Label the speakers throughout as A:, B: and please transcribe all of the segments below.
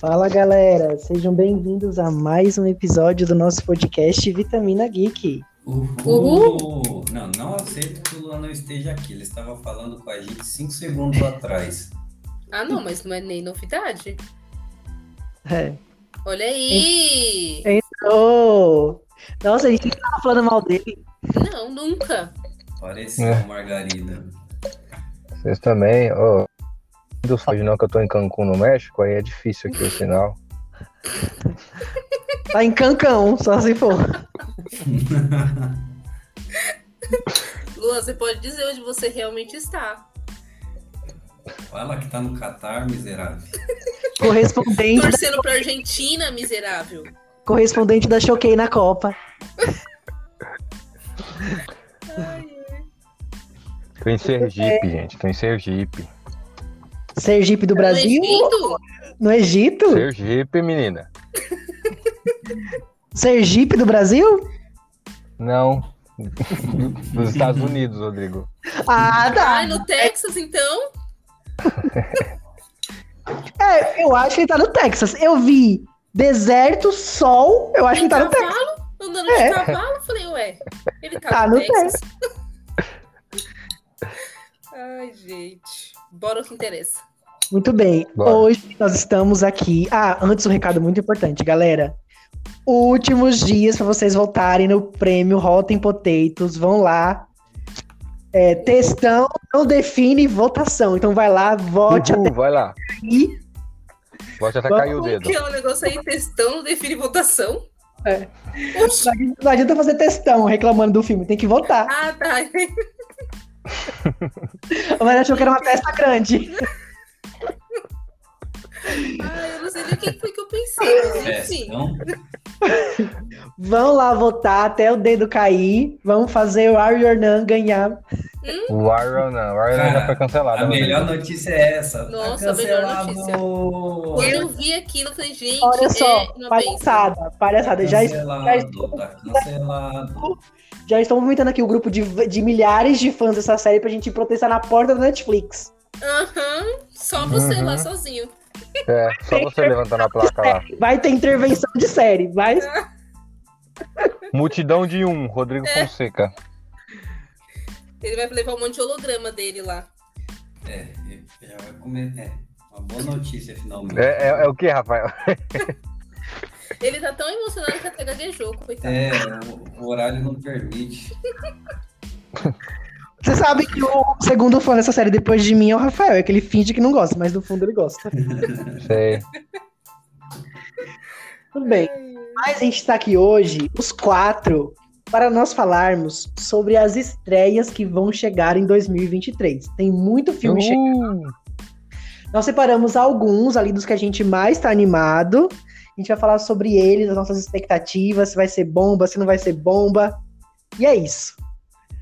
A: Fala galera, sejam bem-vindos a mais um episódio do nosso podcast Vitamina Geek.
B: Uhul. Não, não aceito que o Luan não esteja aqui. Ele estava falando com a gente cinco segundos atrás.
C: Ah, não, mas não é nem novidade.
A: É.
C: Olha aí!
A: Entrou! Nossa, a gente tava falando mal dele.
C: Não, nunca.
B: Pareceu
D: É.
B: Margarida.
D: Vocês também, ó. Do Fábio não que eu tô em Cancún, no México, aí é difícil aqui o sinal.
A: Tá em cancão, só se for.
C: Luan, você pode dizer onde você realmente está.
B: Fala que tá no Catar, miserável.
A: Correspondente, da,
C: Torcendo pra Argentina, miserável.
A: correspondente da Choquei na Copa.
C: Ai,
D: Tô em Sergipe, gente. Tô em Sergipe.
A: Sergipe do Brasil?
C: Legendo?
A: No
D: Hum.
A: Egito?
D: Sergipe, menina.
A: Sergipe do Brasil?
D: Não. Dos Estados Unidos, Rodrigo.
A: Ah,
C: Ai,
A: tá.
C: no Texas, então?
A: É, eu acho que ele tá no Texas. Eu vi deserto, sol, eu acho que ele tá no
C: Então,
A: Texas.
C: cavalo? Andando de
A: É.
C: cavalo? Falei, ué, ele tá,
A: Tá
C: no,
A: no
C: Texas. Ai, gente. Bora o que interessa.
A: Muito bem.
D: Bora.
A: Hoje nós estamos aqui. Ah, antes um recado muito importante, galera. Últimos dias para vocês voltarem no prêmio Rotten Potatoes. Vão lá. É, textão não define votação. Então vai lá, vote
D: Uhul, Uh, vai lá.
A: aqui.
D: Volte até
A: Vamos
D: cair o
C: Como
D: dedo.
C: que é o negócio aí? Testão não define votação?
A: É.
C: Oxi.
A: Não adianta fazer textão reclamando do filme, tem que votar.
C: Ah, tá.
A: Mas achou que era uma festa grande.
C: Ah, eu não sei nem o que foi que eu pensei,
B: É.
C: mas enfim.
B: Testão.
A: Vão lá votar até o dedo cair. Vamos fazer o Are Your Nan ganhar.
D: O Iron não. O Iron
B: Cara,
D: já foi cancelado.
B: A
D: Rodrigo.
B: melhor notícia é essa. Tá
C: Nossa, a melhor notícia.
B: cancelado.
C: Quando eu vi aquilo, eu falei, gente,
A: Olha só,
C: é uma benção.
A: palhaçada, palhaçada.
B: Uhum.
A: Já, já
B: Cancelado, tá cancelado.
A: Já estão movimentando aqui o grupo de, de milhares de fãs dessa série pra gente protestar na porta da Netflix.
C: Aham, só você
D: Uhum.
C: lá sozinho.
D: É, só você levantando a placa lá.
A: Vai ter intervenção de série, vai.
D: Multidão de um, Rodrigo
C: É.
D: Fonseca.
C: Ele vai levar um monte de holograma dele lá.
B: É, já vai comer. É, uma boa notícia finalmente.
D: É, é, é o que, Rafael?
C: Ele tá tão emocionado que até gaguejou, coitado.
B: É, o, o horário não permite.
A: Você sabe que o segundo fã dessa série depois de mim é o Rafael, é que ele finge que não gosta, mas no fundo ele gosta.
D: Sei.
A: Tudo bem. Mas a gente tá aqui hoje, os quatro, para nós falarmos sobre as estreias que vão chegar em 2023. Tem muito filme chegando.
D: Uh,
A: Nós separamos alguns ali dos que a gente mais tá animado. A gente vai falar sobre eles, as nossas expectativas, se vai ser bomba, se não vai ser bomba. E é isso.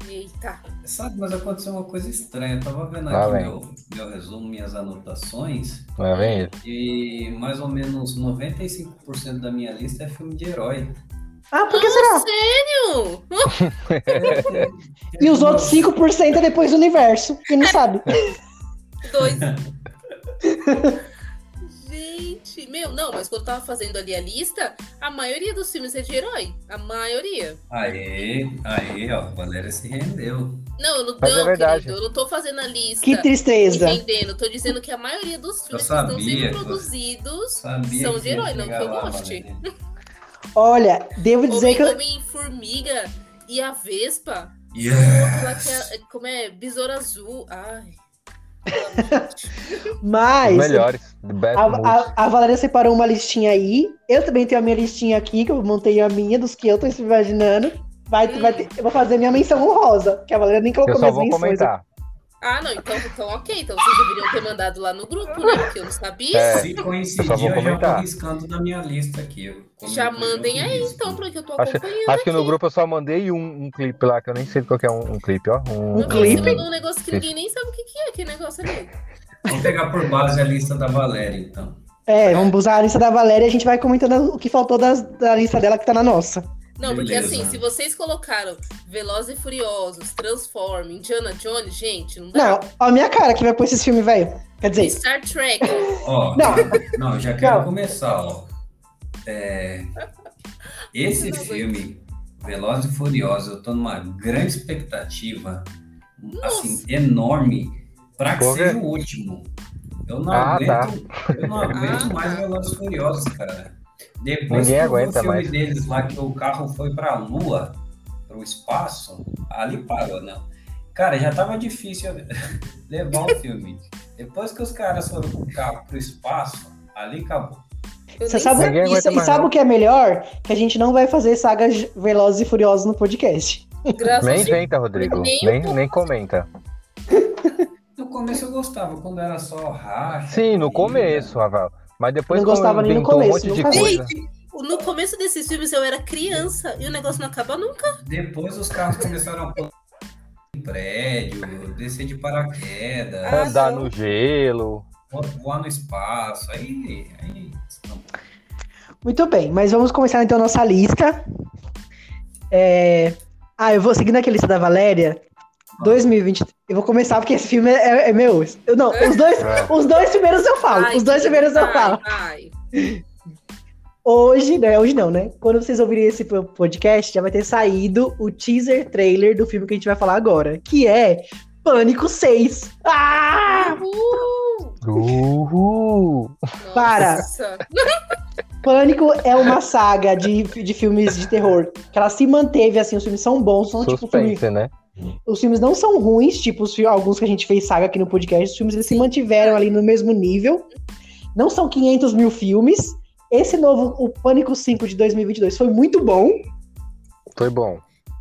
C: Eita.
B: Sabe, mas aconteceu uma coisa estranha. Eu tava vendo
D: Lá
B: aqui
D: vem.
B: meu, meu resumo, minhas anotações,
D: lá vem ele.
B: e mais ou menos 95% da minha lista é filme de herói.
A: Ah, por que
C: Ah,
A: será?
C: sério?
A: E os outros 5% é depois do universo. Quem não sabe?
C: Dois. Gente, meu, não, mas quando eu tava fazendo ali a lista, a maioria dos filmes é de herói. A maioria.
B: Aê, aê, ó, a Valéria se rendeu.
C: Não, eu não,
D: Mas é
C: não,
D: verdade.
C: querido, eu não tô fazendo a lista.
A: Que tristeza.
C: Entendendo, eu tô dizendo que a maioria dos filmes que estão
B: sabia
C: sendo
B: que você-
C: produzidos
B: Sabia
C: são
B: que
C: de
B: ia
C: herói, não que
B: chegar
C: eu
B: lá,
C: goste.
B: Valéria.
A: Olha, devo dizer
C: Homem,
A: que eu...
C: Homem, Formiga e a Vespa. Lá que
B: Yes!
C: é- é- como é? Besouro Azul. Ai.
D: Os
A: Mas
D: melhores. The best
A: Ah, a,
D: movies.
A: a- a Valéria separou uma listinha aí. Eu também tenho a minha listinha aqui, que eu montei a minha, dos que eu tô se imaginando. Vai,
C: Hum.
A: vai ter- eu vou fazer minha menção honrosa, que a Valéria nem colocou
D: Eu só
A: minhas
D: vou
A: menções.
D: comentar.
C: Ah, não, então, então ok. Então vocês deveriam ter mandado lá no grupo, né? Porque eu não sabia.
D: É.
B: Se
D: Eu só
B: coincidir,
D: vou
B: eu já tô
D: comentar.
B: riscando da minha lista aqui. Eu comento
C: Já
B: junto
C: mandem aí,
B: disso.
C: então, porque eu tô
D: Acho-
C: acompanhando.
D: Acho que no
C: aqui.
D: grupo eu só mandei um, um clipe lá, que eu nem sei qual que é um, um clipe, ó. Um,
A: Um
C: Não,
A: clipe?
C: Você mandou um negócio que ninguém nem sabe o que, que é aquele negócio ali.
B: Vamos pegar por base a lista da Valéria, então.
A: É, vamos usar a lista da Valéria e a gente vai comentando o que faltou das- da lista dela que tá na nossa.
C: Não, porque
B: Beleza.
C: assim, se vocês colocaram Velozes e Furiosos, Transform, Indiana Jones, gente, não dá.
A: Não, ó a minha cara que vai pôr esses filmes, velho. Quer dizer,
C: Star Trek.
B: Ó,
A: não,
B: não, já quero
A: Não.
B: começar, ó. É, esse
C: Não, não
B: filme, Veloz e Furioso, eu tô numa grande expectativa, assim, enorme, pra que
D: Qual que é?
B: seja o último. Eu não
D: Ah,
B: aguento,
D: tá.
B: eu não aguento
C: Ah,
B: mais
C: tá.
B: Velozes e Furiosos, cara. Depois
D: Ninguém
B: que eu vi o
D: aguenta
B: filme
D: mais.
B: deles lá, que o carro foi pra lua, pro espaço, ali parou, né? Cara, já tava difícil levar o filme. Depois que os caras foram com o carro pro espaço, ali acabou.
C: Eu
A: você
C: nem
A: sabe,
D: Ninguém
A: e,
D: aguenta
A: e
D: mais,
A: sabe
D: não.
A: o que é melhor? Que a gente não vai fazer saga j- Velozes e Furiosos no podcast.
C: Graças
D: Nem
C: a Deus.
D: inventa, Rodrigo.
C: Nem
D: Nem, nem comenta.
B: No começo eu gostava, quando era só racha.
D: Sim, no
B: briga.
D: começo, Raval. Mas depois
A: Não
D: quando
A: gostava nem no
D: inventou um
A: começo,
D: monte de
A: nunca vi.
D: coisa.
C: No começo desses filmes eu era criança e o negócio não acaba nunca.
B: Depois os carros começaram a pular em prédio, descer de paraquedas,
C: Ah,
D: Andar
C: não.
D: no gelo.
B: voar no espaço, aí. aí descamba.
A: Muito bem, mas vamos começar então a nossa lista. É, Ah, eu vou seguindo aqui a lista da Valéria. 2023. Eu vou começar porque esse filme é, é meu. Eu- não, os dois,
D: É.
A: os dois primeiros eu falo.
C: Ai,
A: os dois primeiros eu
C: vai,
A: falo.
C: vai.
A: Hoje, né? Hoje não, né? Quando vocês ouvirem esse po- podcast, já vai ter saído o teaser trailer do filme que a gente vai falar agora, que é Pânico 6. Ah!
C: Uhul!
D: Uhul.
A: Para.
C: Nossa.
A: Pânico é uma saga de, de filmes de terror. Que ela se manteve, assim, os filmes são bons, são tipo filme,
D: Suspense, né?
A: os filmes não são ruins, tipo os fi- alguns que a gente fez saga aqui no podcast, os filmes eles se mantiveram ali no mesmo nível. Não são 500 mil filmes. Esse novo, o Pânico 5 de 2022, foi muito bom.
D: Foi bom.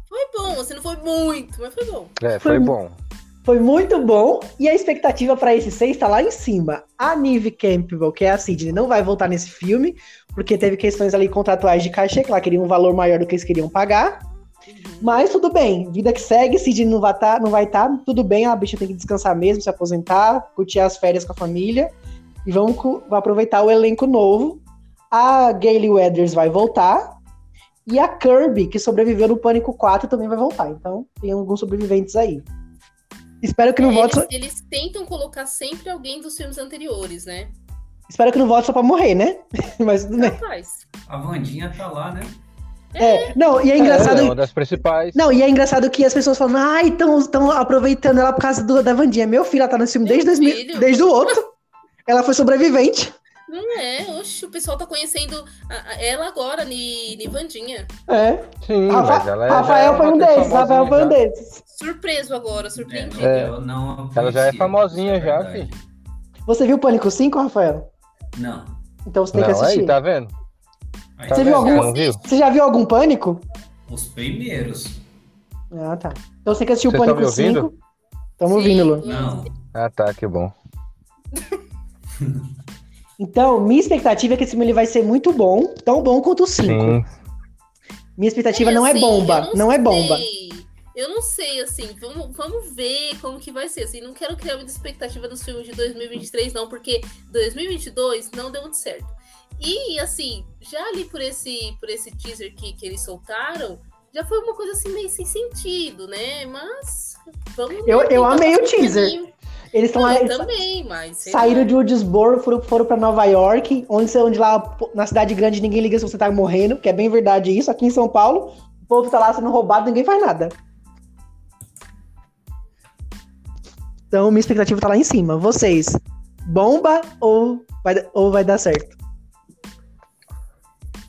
C: Foi bom, assim, não foi muito, mas foi bom.
D: É,
A: Foi
D: foi
A: mu-
D: bom.
A: Foi muito bom. E a expectativa para esse 6 tá lá em cima. A Nive Campbell, que é a Sidney, não vai voltar nesse filme, porque teve questões ali contratuais de cachê, que ela queria um valor maior do que eles queriam pagar. Mas tudo bem, vida que segue, Sidney não vai estar, não vai tá, tudo bem, a bicha tem que descansar mesmo, se aposentar, curtir as férias com a família. E vamos co- vai aproveitar o elenco novo. A Gayle Weathers vai voltar. E a Kirby, que sobreviveu no Pânico 4, também vai voltar. Então, tem alguns sobreviventes aí. Espero que não volte,
C: Eles, eles tentam colocar sempre alguém dos filmes anteriores, né?
A: espero que não volte só pra morrer, né? Mas tudo bem.
C: Rapaz.
B: A Vandinha tá lá, né?
A: É, não, e é engraçado.
D: É, é uma das principais.
A: Não, e é engraçado que as pessoas falam, ai, estão aproveitando ela por causa do- da Vandinha. Meu filho, ela tá no filme
C: Meu
A: desde, 2000,
C: filho.
A: desde o outro. Ela foi sobrevivente.
C: Não é, oxe, o pessoal tá conhecendo a- a- ela agora, Ni- Nivandinha.
A: É.
D: Sim,
A: Rafa-
D: mas ela é-
A: Rafael
D: já é
A: foi um
D: uma
A: desses,
D: famosinha
A: Rafael foi
D: já.
A: um desses.
C: Surpreso agora,
B: É, não,
C: surpreendido.
D: É.
B: eu não a
D: Ela já é
B: conhecia,
D: famosinha
B: isso é
D: já,
B: verdade.
A: Você viu o Pânico 5, Rafael?
B: Não.
A: Então você tem que
D: Não,
A: assistir.
D: aí, tá vendo?
B: Aí
D: Tá
A: Você
B: tá
A: viu
D: vendo?
A: alguma-
D: Não viu?
A: Você já viu algum Pânico?
B: Os primeiros.
A: Ah, tá. Então você tem que assistir o
D: Vocês tão
A: Pânico
D: me ouvindo?
A: 5. Tamo ouvindo,
C: Sim.
A: Lu.
B: Não.
D: Ah, tá, que bom.
A: Então, minha expectativa é que esse filme ele vai ser muito bom, tão bom quanto o 5.
D: Sim.
A: Minha expectativa não é
C: assim,
A: bomba,
C: eu
A: não, é bomba.
C: sei. Eu não sei, assim, vamos, vamos ver como que vai ser. Assim, não quero criar muita expectativa nos filmes de 2023, não, porque 2022 não deu muito certo. E, assim, já ali por esse, por esse teaser que, que eles soltaram, já foi uma coisa, assim, meio sem sentido, né? Mas vamos ver
A: Eu- eu
C: quem vai
A: amei o
C: passar pelo
A: teaser.
C: caminho.
A: Eles estão
C: Não,
A: lá,
C: eu
A: eles
C: também, mas... sei
A: saíram
C: lá.
A: de Woodsboro, foram, foram pra Nova York, onde, onde lá pô, na cidade grande ninguém liga se você tá morrendo, que é bem verdade isso. Aqui em São Paulo, o povo tá lá sendo roubado, ninguém faz nada. Então, minha expectativa tá lá em cima. Vocês, bomba ou vai, ou vai dar certo?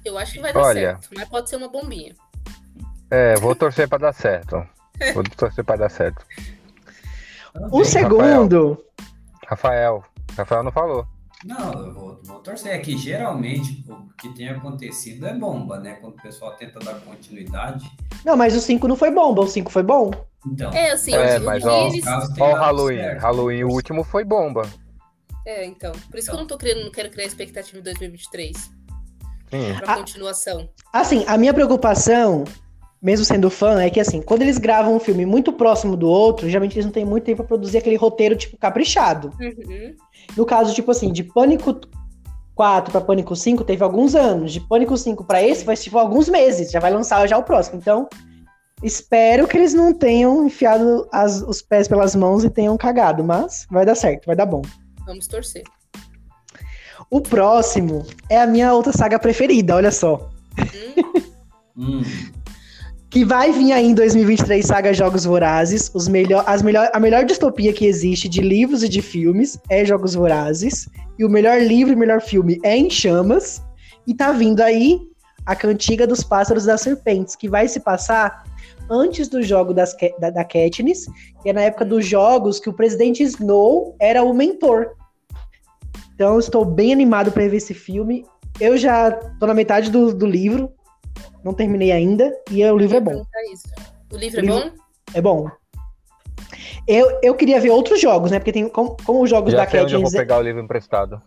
C: Eu acho que vai dar
D: Olha.
C: certo, mas pode ser uma bombinha.
D: É, vou torcer pra dar certo. Vou torcer pra dar certo.
A: Um
D: Sim,
A: segundo.
D: Rafael. Rafael não falou.
B: Não, eu vou, vou torcer. É que geralmente o que tem acontecido é bomba, né? Quando o pessoal tenta dar continuidade.
A: Não, mas o 5 não foi bomba, o 5 foi bom.
B: Então.
C: É, assim,
D: É,
C: os
D: mas,
C: filmes-
D: ó,
B: casos tem
D: Ó, o
C: tá
B: dado
D: Halloween.
B: certo.
D: Halloween, o último foi bomba.
C: É, então. Por isso
B: Então.
C: que eu não tô criando, não quero criar expectativa em 2023.
D: Sim.
C: Pra
A: Ah.
C: continuação.
A: Assim, a minha preocupação, mesmo sendo fã, é que assim, quando eles gravam um filme muito próximo do outro, geralmente eles não têm muito tempo pra produzir aquele roteiro, tipo, caprichado.
C: Uhum.
A: No caso, tipo assim, de Pânico 4 pra Pânico 5, teve alguns anos. De Pânico 5 pra esse, vai tipo alguns meses. Já vai lançar já o próximo. Então, espero que eles não tenham enfiado as- os pés pelas mãos e tenham cagado, mas vai dar certo, vai dar bom.
C: Vamos torcer.
A: O próximo é a minha outra saga preferida, olha só.
B: Hum,
A: Que vai vir aí em 2023 saga Jogos Vorazes. Os melhor, as melhor, a melhor distopia que existe de livros e de filmes é Jogos Vorazes. E o melhor livro e melhor filme é Em Chamas. E tá vindo aí a Cantiga dos Pássaros das Serpentes, que vai se passar antes do jogo das, Ca- da, da Katniss. E é na época dos jogos que o presidente Snow era o mentor. Então eu estou bem animado para ver esse filme. Eu já tô na metade do, do livro, não terminei ainda, e é- o livro é bom.
C: Perguntar isso. O livro Hum,
A: O
C: é bom?
A: É bom. Eu, eu queria ver outros jogos, né? Porque tem como, como os jogos
D: Já
A: da
D: sei onde eu vou
A: Katniss. é
D: pegar o livro emprestado.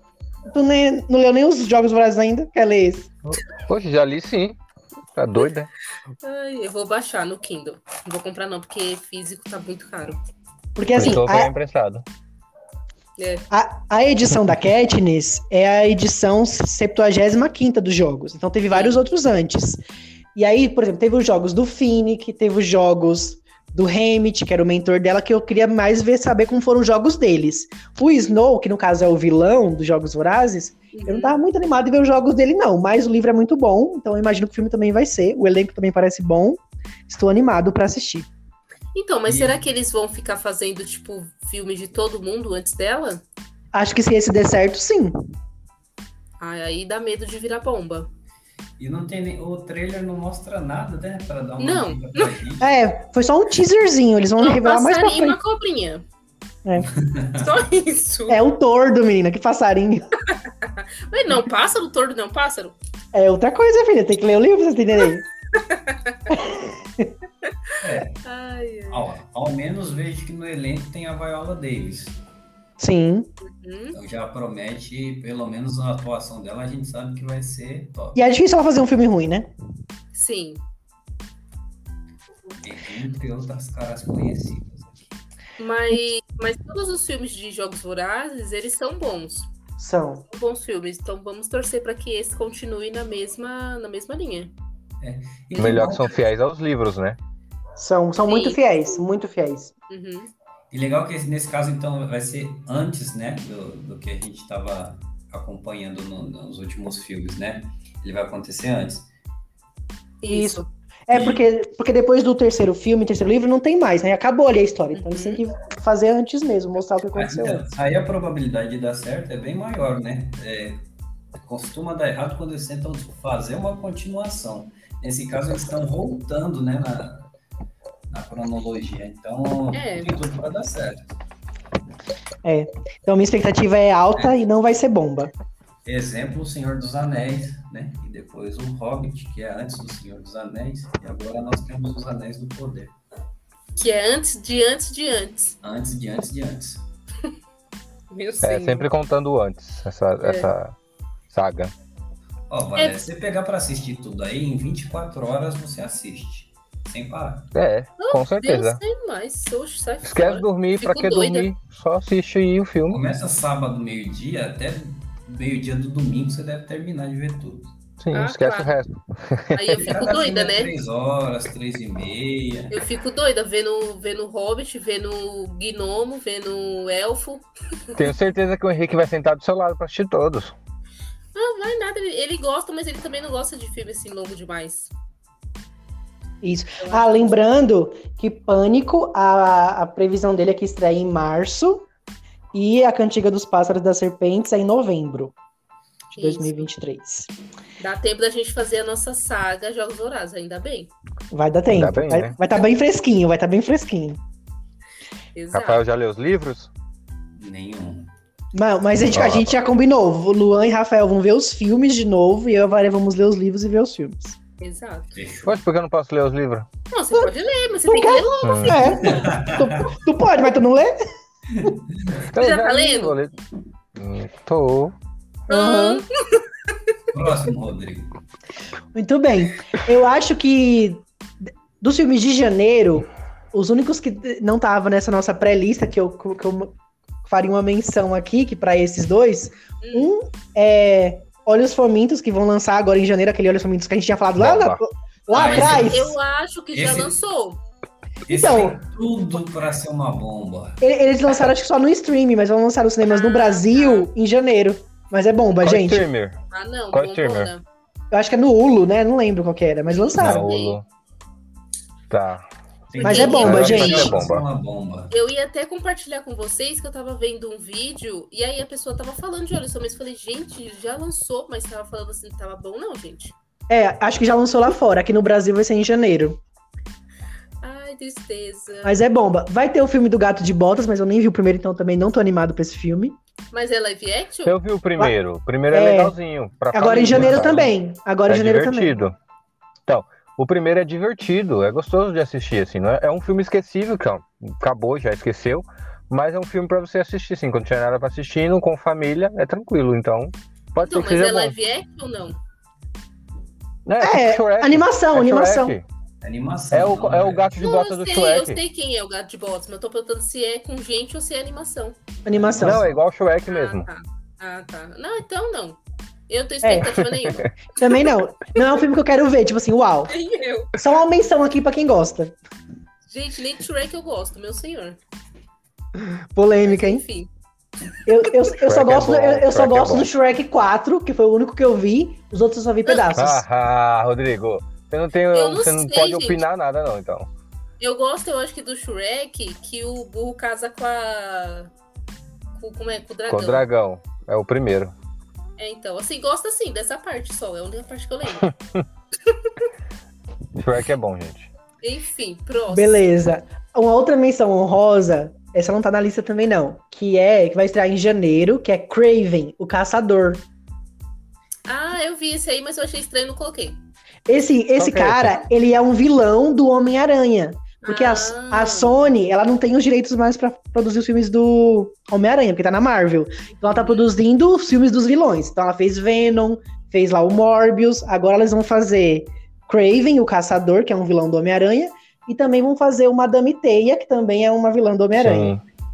A: Tu nem, não leu nem os jogos Brasil ainda? Quer ler esse?
D: Poxa, já li sim. Tá doida? né?
C: Ai, eu vou baixar no Kindle. Não vou comprar, não, porque físico tá muito caro.
A: Porque assim,
D: Estou bem
A: a,
D: Então emprestado.
A: a, a edição da Katniss é a edição 75 dos jogos. Então teve vários outros antes. E aí, por exemplo, teve os jogos do Finnick, teve os jogos do Hammett, que era o mentor dela, que eu queria mais ver, saber como foram os jogos deles. O Snow, que no caso é o vilão dos Jogos Vorazes, Eu não tá- tava muito animado em ver os jogos dele, não, mas o livro é muito bom, então eu imagino que o filme também vai ser. O elenco também parece bom. Estou animado pra assistir.
C: Então, mas
B: E-
C: será que eles vão ficar fazendo, tipo, filme de todo mundo antes dela?
A: Acho que se esse der certo, sim.
C: Ai, aí dá medo de virar bomba.
B: e não tem nem, o trailer não mostra nada, né? Pra dar uma
C: Não.
B: dica pra gente.
A: É, foi só um teaserzinho, eles vão
C: Um
A: revelar mais pra
C: passarinho e
A: frente.
C: uma cobrinha.
A: É.
C: Só isso.
A: É o tordo, menina, que passarinho.
C: Mas não, pássaro, tordo não, é um pássaro.
A: É outra coisa, filha, tem que ler o livro, vocês entenderem.
C: Ai,
A: é.
C: ai.
B: Ó, ao menos vejo que no elenco tem a Viola Davis.
A: Sim.
C: Uhum.
B: Então já promete, pelo menos a atuação dela, a gente sabe que vai ser top.
A: E é difícil ela fazer um filme ruim, né?
C: Sim.
B: Entre outras caras conhecidas aqui.
C: Mas, mas todos os filmes de Jogos Vorazes, eles são bons.
A: São.
C: São bons filmes. Então vamos torcer pra que esse continue na mesma, na mesma linha.
B: E
D: O melhor
B: legal-
D: que são fiéis aos livros, né?
A: São, são
C: Sim.
A: muito fiéis, muito fiéis.
C: Uhum.
B: E legal que esse- nesse caso, então, vai ser antes, né, do, do que a gente estava acompanhando no- nos últimos filmes, né? Ele vai acontecer antes.
A: Isso.
C: Isso.
A: É,
B: E-
A: porque, porque depois do terceiro filme, terceiro livro, não tem mais, né? Acabou ali a história. Então eles têm
C: Uhum.
A: que fazer antes mesmo, mostrar o que
B: Mas,
A: aconteceu.
C: É.
B: então, aí a probabilidade de dar certo é bem maior, né? É, costuma dar errado quando eles tentam fazer uma continuação. Nesse caso, eles estão voltando, né, na, na cronologia. Então,
C: É.
B: tem tudo para dar certo.
A: Então minha expectativa é alta e não vai ser bomba.
B: Exemplo, o Senhor dos Anéis, né? E depois o Hobbit, que é antes do Senhor dos Anéis. E agora nós temos os Anéis do Poder.
C: Que é antes de antes de antes.
B: Antes de antes de antes.
C: Meu
D: É,
C: senhor.
D: sempre contando antes essa,
C: É.
D: essa saga.
B: Ó, Valéria, se você pegar para assistir tudo aí, em 24 horas você assiste. Sem parar.
D: É, com
C: Deus,
D: certeza.
C: tem mais. Oxe, sai
D: Esquece
C: fora.
D: dormir, pra
C: Oh, Fico
D: que
C: doida.
D: dormir? Só assiste aí o filme.
B: Começa sábado, meio-dia, até meio-dia do domingo você deve terminar de ver tudo.
D: Sim,
C: Ah,
D: esquece
C: claro.
D: o resto.
C: Aí eu fico
B: Cada filme
C: doida,
B: é
C: né?
B: Três horas, três e meia.
C: Eu fico doida vendo, vendo Hobbit, vendo Gnomo, vendo Elfo.
D: Tenho certeza que o Henrique vai sentar do seu lado pra assistir todos.
C: Não, não é nada. Ele, ele gosta, mas ele também não gosta de filme assim longo demais.
A: Isso. Ah, lembrando que Pânico, a, a previsão dele é que estreia em março e a Cantiga dos Pássaros das Serpentes é em novembro de
C: Isso.
A: 2023.
C: Dá tempo da gente fazer a nossa saga Jogos Vorazes, ainda bem.
A: Vai dar tempo.
D: Ainda bem,
A: vai
D: né?
A: estar bem fresquinho, vai estar bem fresquinho.
C: Exato.
D: Rafael já leu os livros?
B: Nenhum.
A: Ma- Mas a gente, a
D: Ah.
A: gente já combinou. O Luan e Rafael vão ver os filmes de novo e eu e a Valéria vamos ler os livros e ver os filmes.
C: Exato.
B: Fechou.
D: Poxa, por que eu não posso ler os livros?
C: Não, você pode ler, mas você tem que ler logo.
D: Hum.
A: É. tu, tu pode, mas tu não lê?
D: Então,
C: Já
D: eu
C: tá
D: li,
C: lendo?
D: vou ler. Hum, Tô.
A: Aham.
B: Próximo, Rodrigo.
A: Muito bem. Eu acho que dos filmes de janeiro, os únicos que não estavam nessa nossa pré-lista, que eu, que eu faria uma menção aqui, que para esses dois, um é Olhos Famintos, que vão lançar agora em janeiro, aquele Olhos Famintos que a gente tinha falado lá, na-
D: Opa.
A: lá
B: Ah,
A: atrás.
C: Eu acho que já
B: Esse-
C: lançou.
B: Esse
A: Então-
B: tem tudo pra ser uma bomba.
A: E- Eles lançaram, acho que só no streaming, mas vão lançar os cinemas no Brasil em janeiro. Mas é bomba,
D: Qual
A: gente.
D: streamer?
C: Ah, não,
D: Qual
C: bombona.
A: Eu acho que é no Hulu, né? Não lembro qual que era, mas lançaram.
D: Não, Hulu. Tá.
B: Tem
A: Mas
B: tudo
A: é bomba,
B: pra
A: gente.
B: ser
D: É bomba.
B: uma bomba.
C: Eu ia até compartilhar com vocês que eu tava vendo um vídeo e aí a pessoa tava falando de olhos só, mas eu falei, gente, já lançou, mas tava falando assim, tava bom não, gente.
A: É, acho que já lançou lá fora. Aqui no Brasil vai ser em janeiro.
C: Ai, tristeza.
A: Mas é bomba. Vai ter o filme do Gato de Botas, mas eu nem vi o primeiro, então também não tô animado pra esse filme.
C: Mas é live action?
D: Eu vi o primeiro. O primeiro é,
A: É.
D: legalzinho. pra
A: Agora
D: família,
A: em janeiro
D: sabe?
A: também. Agora em
D: é
A: janeiro também.
D: divertido. Então, o primeiro é divertido, é gostoso de assistir, assim. Não é, é um filme esquecível, que ó, acabou, já esqueceu. Mas é um filme pra você assistir, assim. Quando tiver nada pra assistir, não com família, é tranquilo. Então, pode
C: Então, mas
D: ser que
C: é
D: seja bom.
C: live action ou não?
D: Né,
A: É,
D: tipo Shrek,
A: Animação,
D: é
A: animação.
D: Shrek.
B: Animação.
D: É o,
B: não
D: é o gato de
C: Não,
D: bota
C: eu
D: do
C: sei, eu
D: Shrek.
C: sei quem é o gato de botas, mas eu tô perguntando se é com gente ou se é animação.
A: Animação.
D: Não, é igual o Shrek mesmo.
C: Ah, tá. Ah, tá. Não, então não. Eu não tenho
D: É.
C: expectativa nenhuma.
A: Também não. Não é um filme que eu quero ver, tipo assim, uau.
C: Nem eu.
A: Só uma menção aqui pra quem gosta.
C: Gente, nem Shrek eu gosto, meu senhor.
A: Polêmica, hein?
C: Enfim.
A: Eu, eu, eu só
D: Shrek é
A: gosto, do-
D: bom,
A: eu, eu só
D: Shrek é
A: gosto
D: bom.
A: do Shrek 4, que foi o único que eu vi. Os outros eu só vi pedaços.
D: Ah, ah, Rodrigo. Você não, tem,
C: Eu não
D: você não
C: sei,
D: pode
C: gente.
D: opinar nada, não, então.
C: Eu gosto, eu acho que do Shrek, que o burro casa com a. Com, como é? Com o dragão.
D: Com o dragão. É o primeiro.
C: É, então. Assim, gosta assim, dessa parte só. É a única parte que eu lembro.
D: Shrek é bom, gente.
C: Enfim, próximo.
A: Beleza. Uma outra menção honrosa, essa não tá na lista também não, que é que vai estrear em janeiro, que é Craven, o caçador.
C: Ah, eu vi esse aí, mas eu achei estranho e não coloquei.
A: Esse esse
D: Qual que é
A: cara, ele é um vilão do Homem-Aranha, porque a,
C: Ah.
A: a Sony, ela não tem os direitos mais pra produzir os filmes do Homem-Aranha, porque tá na Marvel. Então ela tá produzindo os filmes dos vilões. Então ela fez Venom, fez lá o Morbius, agora elas vão fazer Craven, o caçador, que é um vilão do Homem-Aranha, e também vão fazer o Madame Teia, que também é uma vilã do Homem-Aranha.
D: Sim.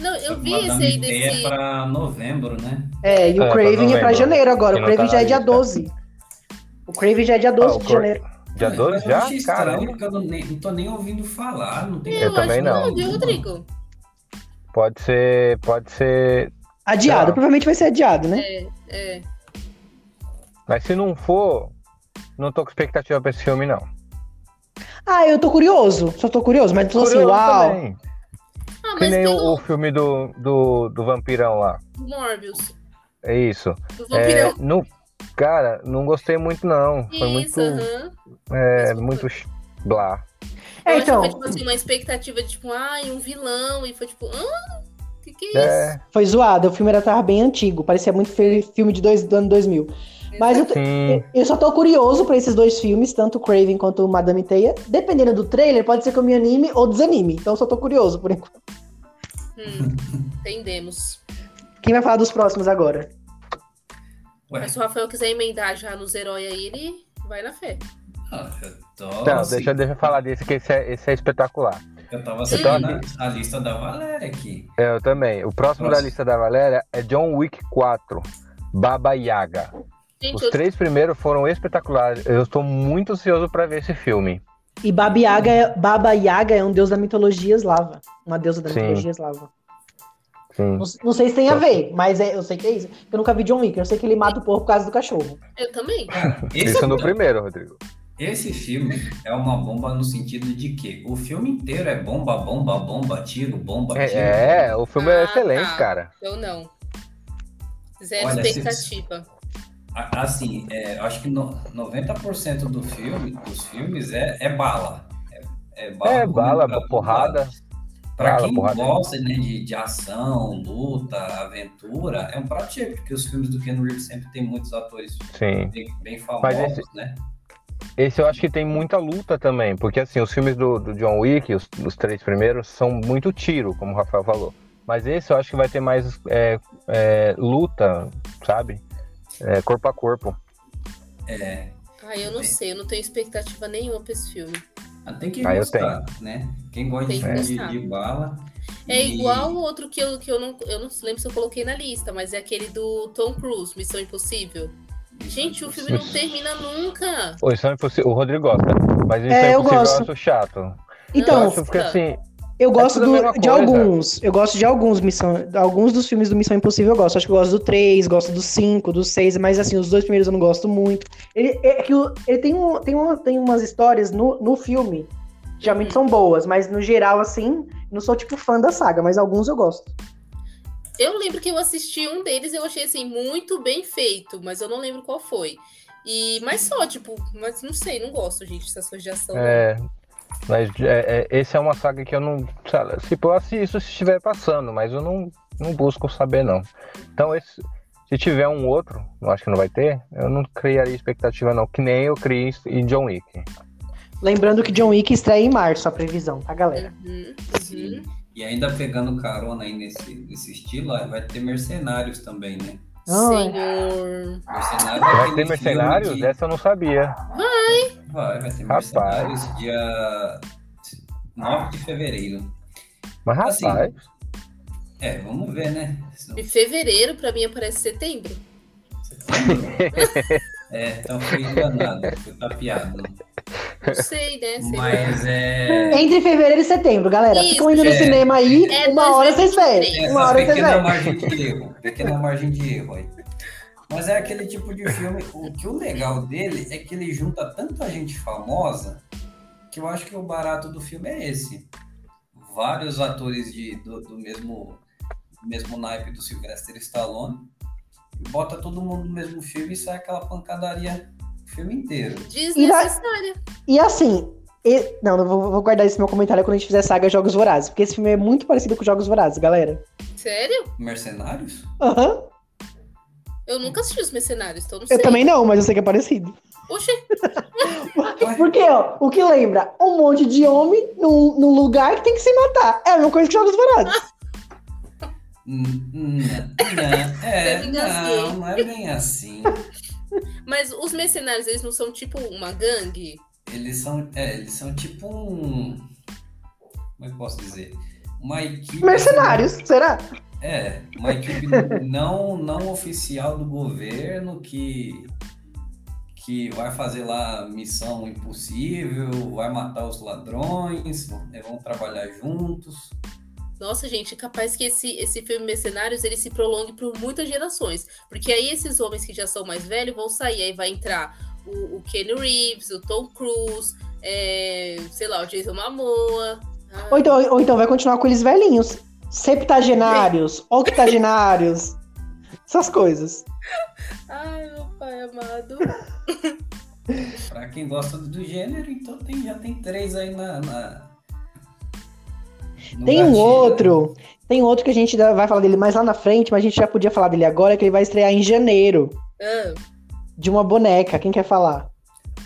C: Não, eu vi
B: Madame
C: esse aí
B: Teia
C: desse.
B: É pra novembro, né?
A: É, e o
D: É, pra
A: Craven é pra
D: novembro.
A: janeiro agora. O
D: Que não
A: Craven
D: tá
A: já é
D: na
A: dia
D: lista.
A: 12. O Craven já é dia
D: Ah,
A: 12
D: o
A: de
D: Cra-
A: janeiro.
D: Dia
B: Mas é tá
D: 12
B: eu
D: já?
B: achei estranho,
D: Caramba.
B: porque eu não, nem- não tô nem ouvindo falar, não tem
D: Eu
C: acho
D: também
C: que
D: não.
C: viu, Rodrigo?
D: Pode ser. Pode ser.
A: Adiado,
D: Tá.
A: provavelmente vai ser adiado, né?
C: É.
D: Mas se não for, não tô com expectativa pra esse filme, não.
A: Ah, eu tô curioso. Só tô curioso, mas tô assim,
D: Curioso
A: uau.
D: também.
C: Ah,
D: Que
C: mas
D: nem o,
C: pelo
D: o filme do, do, do vampirão lá.
C: Morbius.
D: É isso.
C: Do
D: É,
C: vampirão.
D: no, cara, não gostei muito, não. Foi
C: Isso,
D: muito.
C: aham.
D: É, muito. ch- Blá.
A: É,
C: Eu
A: então,
C: acho que foi, tipo assim, uma expectativa de, tipo, ai, um vilão. E foi tipo, hã? Que que é isso?
D: É,
A: foi zoado. O filme era tava bem antigo. Parecia muito fi- filme de dois, do ano 2000. Mas eu, tô-
D: sim.
A: eu só tô curioso pra esses dois filmes, tanto o Craven quanto o Madame Teia. Dependendo do trailer, pode ser que eu me anime ou desanime. Então eu só tô curioso por enquanto.
C: Hum, entendemos.
A: Quem vai falar dos próximos agora?
B: Ué,
C: Mas se o Rafael quiser emendar já nos heróis aí, ele vai na fé.
B: não, eu tô.
D: Não,
B: assim,
D: deixa, deixa eu falar desse, que esse é, esse é espetacular.
B: Eu tava
C: Você
B: seguindo
D: tá
B: a lista da Valéria aqui.
D: É, Eu também. O próximo
B: Nossa.
D: da lista da Valéria é John Wick 4, Baba Yaga.
C: Gente,
D: Os
C: eu-
D: três primeiros foram espetaculares. Eu estou muito ansioso para ver esse filme.
A: E Baba Yaga, é, Baba Yaga é um deus da mitologia eslava. Uma deusa da
D: Sim.
A: mitologia eslava.
D: Sim.
A: Não, não sei se tem a ver, mas é- eu sei que é isso. Eu nunca vi John Wick, eu sei que ele mata o povo por causa do cachorro.
C: eu também.
B: Cara, esse,
C: é
D: Isso é no primeiro, Rodrigo.
B: esse filme é uma bomba no sentido de que o filme inteiro é bomba, bomba, bomba, tiro, bomba, tiro.
D: É, é, o filme
C: Ah,
D: é excelente,
C: tá.
D: cara.
C: Eu não. Zero
B: Olha,
C: expectativa.
B: A- Assim, é, acho que no, 90% do filme, dos filmes é, é bala. É,
D: É bala,
B: pra tudo
D: porrada.
B: lado. Pra
D: Bala,
B: quem
D: porrada.
B: gosta né, de, de ação, luta, aventura, é um prato cheio, porque os filmes do Ken Reeves sempre tem muitos atores
D: Sim.
B: bem, bem famosos,
D: Mas esse-
B: né?
D: Esse eu acho que tem muita luta também, porque assim, os filmes do, do John Wick, os, os três primeiros, são muito tiro, como o Rafael falou. Mas esse eu acho que vai ter mais é, é, luta, sabe? É, corpo a corpo.
B: É,
C: Ai, eu não sei, eu não tenho expectativa nenhuma pra esse filme.
B: ah, tem que
D: Ah, eu
B: gostar, né? Quem gosta de
C: Tem
B: filme
C: que
B: de,
C: gostar.
B: de bala...
C: É
B: e-
C: igual o outro que eu, que eu não. Eu não lembro se eu coloquei na lista, mas é aquele do Tom Cruise, Missão Impossível. Gente, o filme não termina nunca.
D: O, Missão Impossível, o é Rodrigo gosta, mas Missão
A: É, eu
D: Impossível eu
A: gosto.
D: acho chato.
A: Então,
D: eu acho que assim,
A: Eu gosto
D: tudo a
A: do-
D: mesma
A: de
D: coisa.
A: alguns. Eu gosto de alguns missão. Alguns dos filmes do Missão Impossível eu gosto. Acho que eu gosto do 3, gosto do 5, do 6, mas assim, os dois primeiros eu não gosto muito. Ele, é que o- ele tem, um, tem, uma, tem umas histórias no, no filme que geralmente são boas, mas no geral, assim, não sou tipo fã da saga, mas alguns eu gosto.
C: Eu lembro que eu assisti um deles, eu achei assim muito bem feito, mas eu não lembro qual foi. E mas só tipo, mas não sei, não gosto gente dessas coisas de ação. né?
D: é, mas é, é, esse é uma saga que eu não. sabe, Tipo, eu assisto se estiver passando, mas eu não, não busco saber, não. Então, esse, se tiver um outro, eu acho que não vai ter, eu não criaria expectativa, não. Que nem eu criei em John Wick.
A: Lembrando que John Wick estreia em março a previsão, tá, galera?
C: Uhum,
B: Sim.
C: uhum.
B: E ainda pegando carona aí nesse, nesse estilo, aí vai ter mercenários também, né?
A: Não, é.
C: Senhor.
B: Mercenários.
D: Vai
B: aquele
D: ter mercenários?
B: filme que-
D: Essa eu não sabia.
B: Vai, vai ter
D: Rapaz.
B: mercenários dia 9 de fevereiro.
D: Mas
B: Assim,
D: rapaz,
B: É, vamos ver, né? Se
C: De fevereiro pra mim parece setembro.
B: tá É, então fui enganado, fui tapeado.
C: Não sei, né? Sei lá.
B: Mas é.
A: Entre fevereiro e setembro, galera.
C: Isso.
A: Ficam indo no
B: É.
A: cinema aí,
C: É
A: uma hora vocês veem.
C: Sim,
B: Essa
A: Uma hora vocês
B: pequena
A: veem.
B: margem de erro. Pequena margem de erro aí. Mas é aquele tipo de filme. O que o legal dele é que ele junta tanta gente famosa que eu acho que o barato do filme é esse. Vários atores de, do, do mesmo, do mesmo naipe do Sylvester Stallone. Bota todo mundo no mesmo filme e sai aquela pancadaria o filme inteiro.
C: Desnecessária.
A: E assim, e- não, eu vou, vou guardar esse meu comentário quando a gente fizer saga Jogos Vorazes, porque esse filme é muito parecido com Jogos Vorazes, galera.
C: Sério?
B: Mercenários?
A: Aham.
C: Eu nunca assisti os mercenários, então não sei.
A: Eu também não, mas eu sei que é parecido.
C: Oxê,
A: Porque, ó, o que lembra? Um monte de homem num, num lugar que tem que se matar. É a mesma coisa que Jogos Vorazes.
B: Hum, hum, não, é,
C: Eu me engasguei.
B: não, não é bem assim.
C: mas os mercenários, eles não são tipo uma gangue?
B: Eles são, é, eles são tipo um. Como é que eu posso dizer? Uma equipe.
A: Mercenários, será?
B: É, uma equipe não, não oficial do governo que, que vai fazer lá missão impossível, vai matar os ladrões, vão, né, vão trabalhar juntos.
C: Nossa, gente, é capaz que esse, esse filme Mercenários ele se prolongue por muitas gerações. Porque aí esses homens que já são mais velhos vão sair, aí vai entrar o, o Kenny Reeves, o Tom Cruise, é, sei lá, o Jason Momoa. Ah,
A: Ou então, ou então vai continuar com eles velhinhos. Septagenários, octagenários. Essas coisas.
C: Ai, meu pai amado.
B: Pra quem gosta do gênero, então tem, já tem três aí na. na- no
A: Tem um
B: gatilho.
A: outro. Tem um outro que a gente ainda vai falar dele mais lá na frente, mas a gente já podia falar dele agora, que ele vai estrear em janeiro.
C: Ah,
A: De uma boneca, quem quer falar?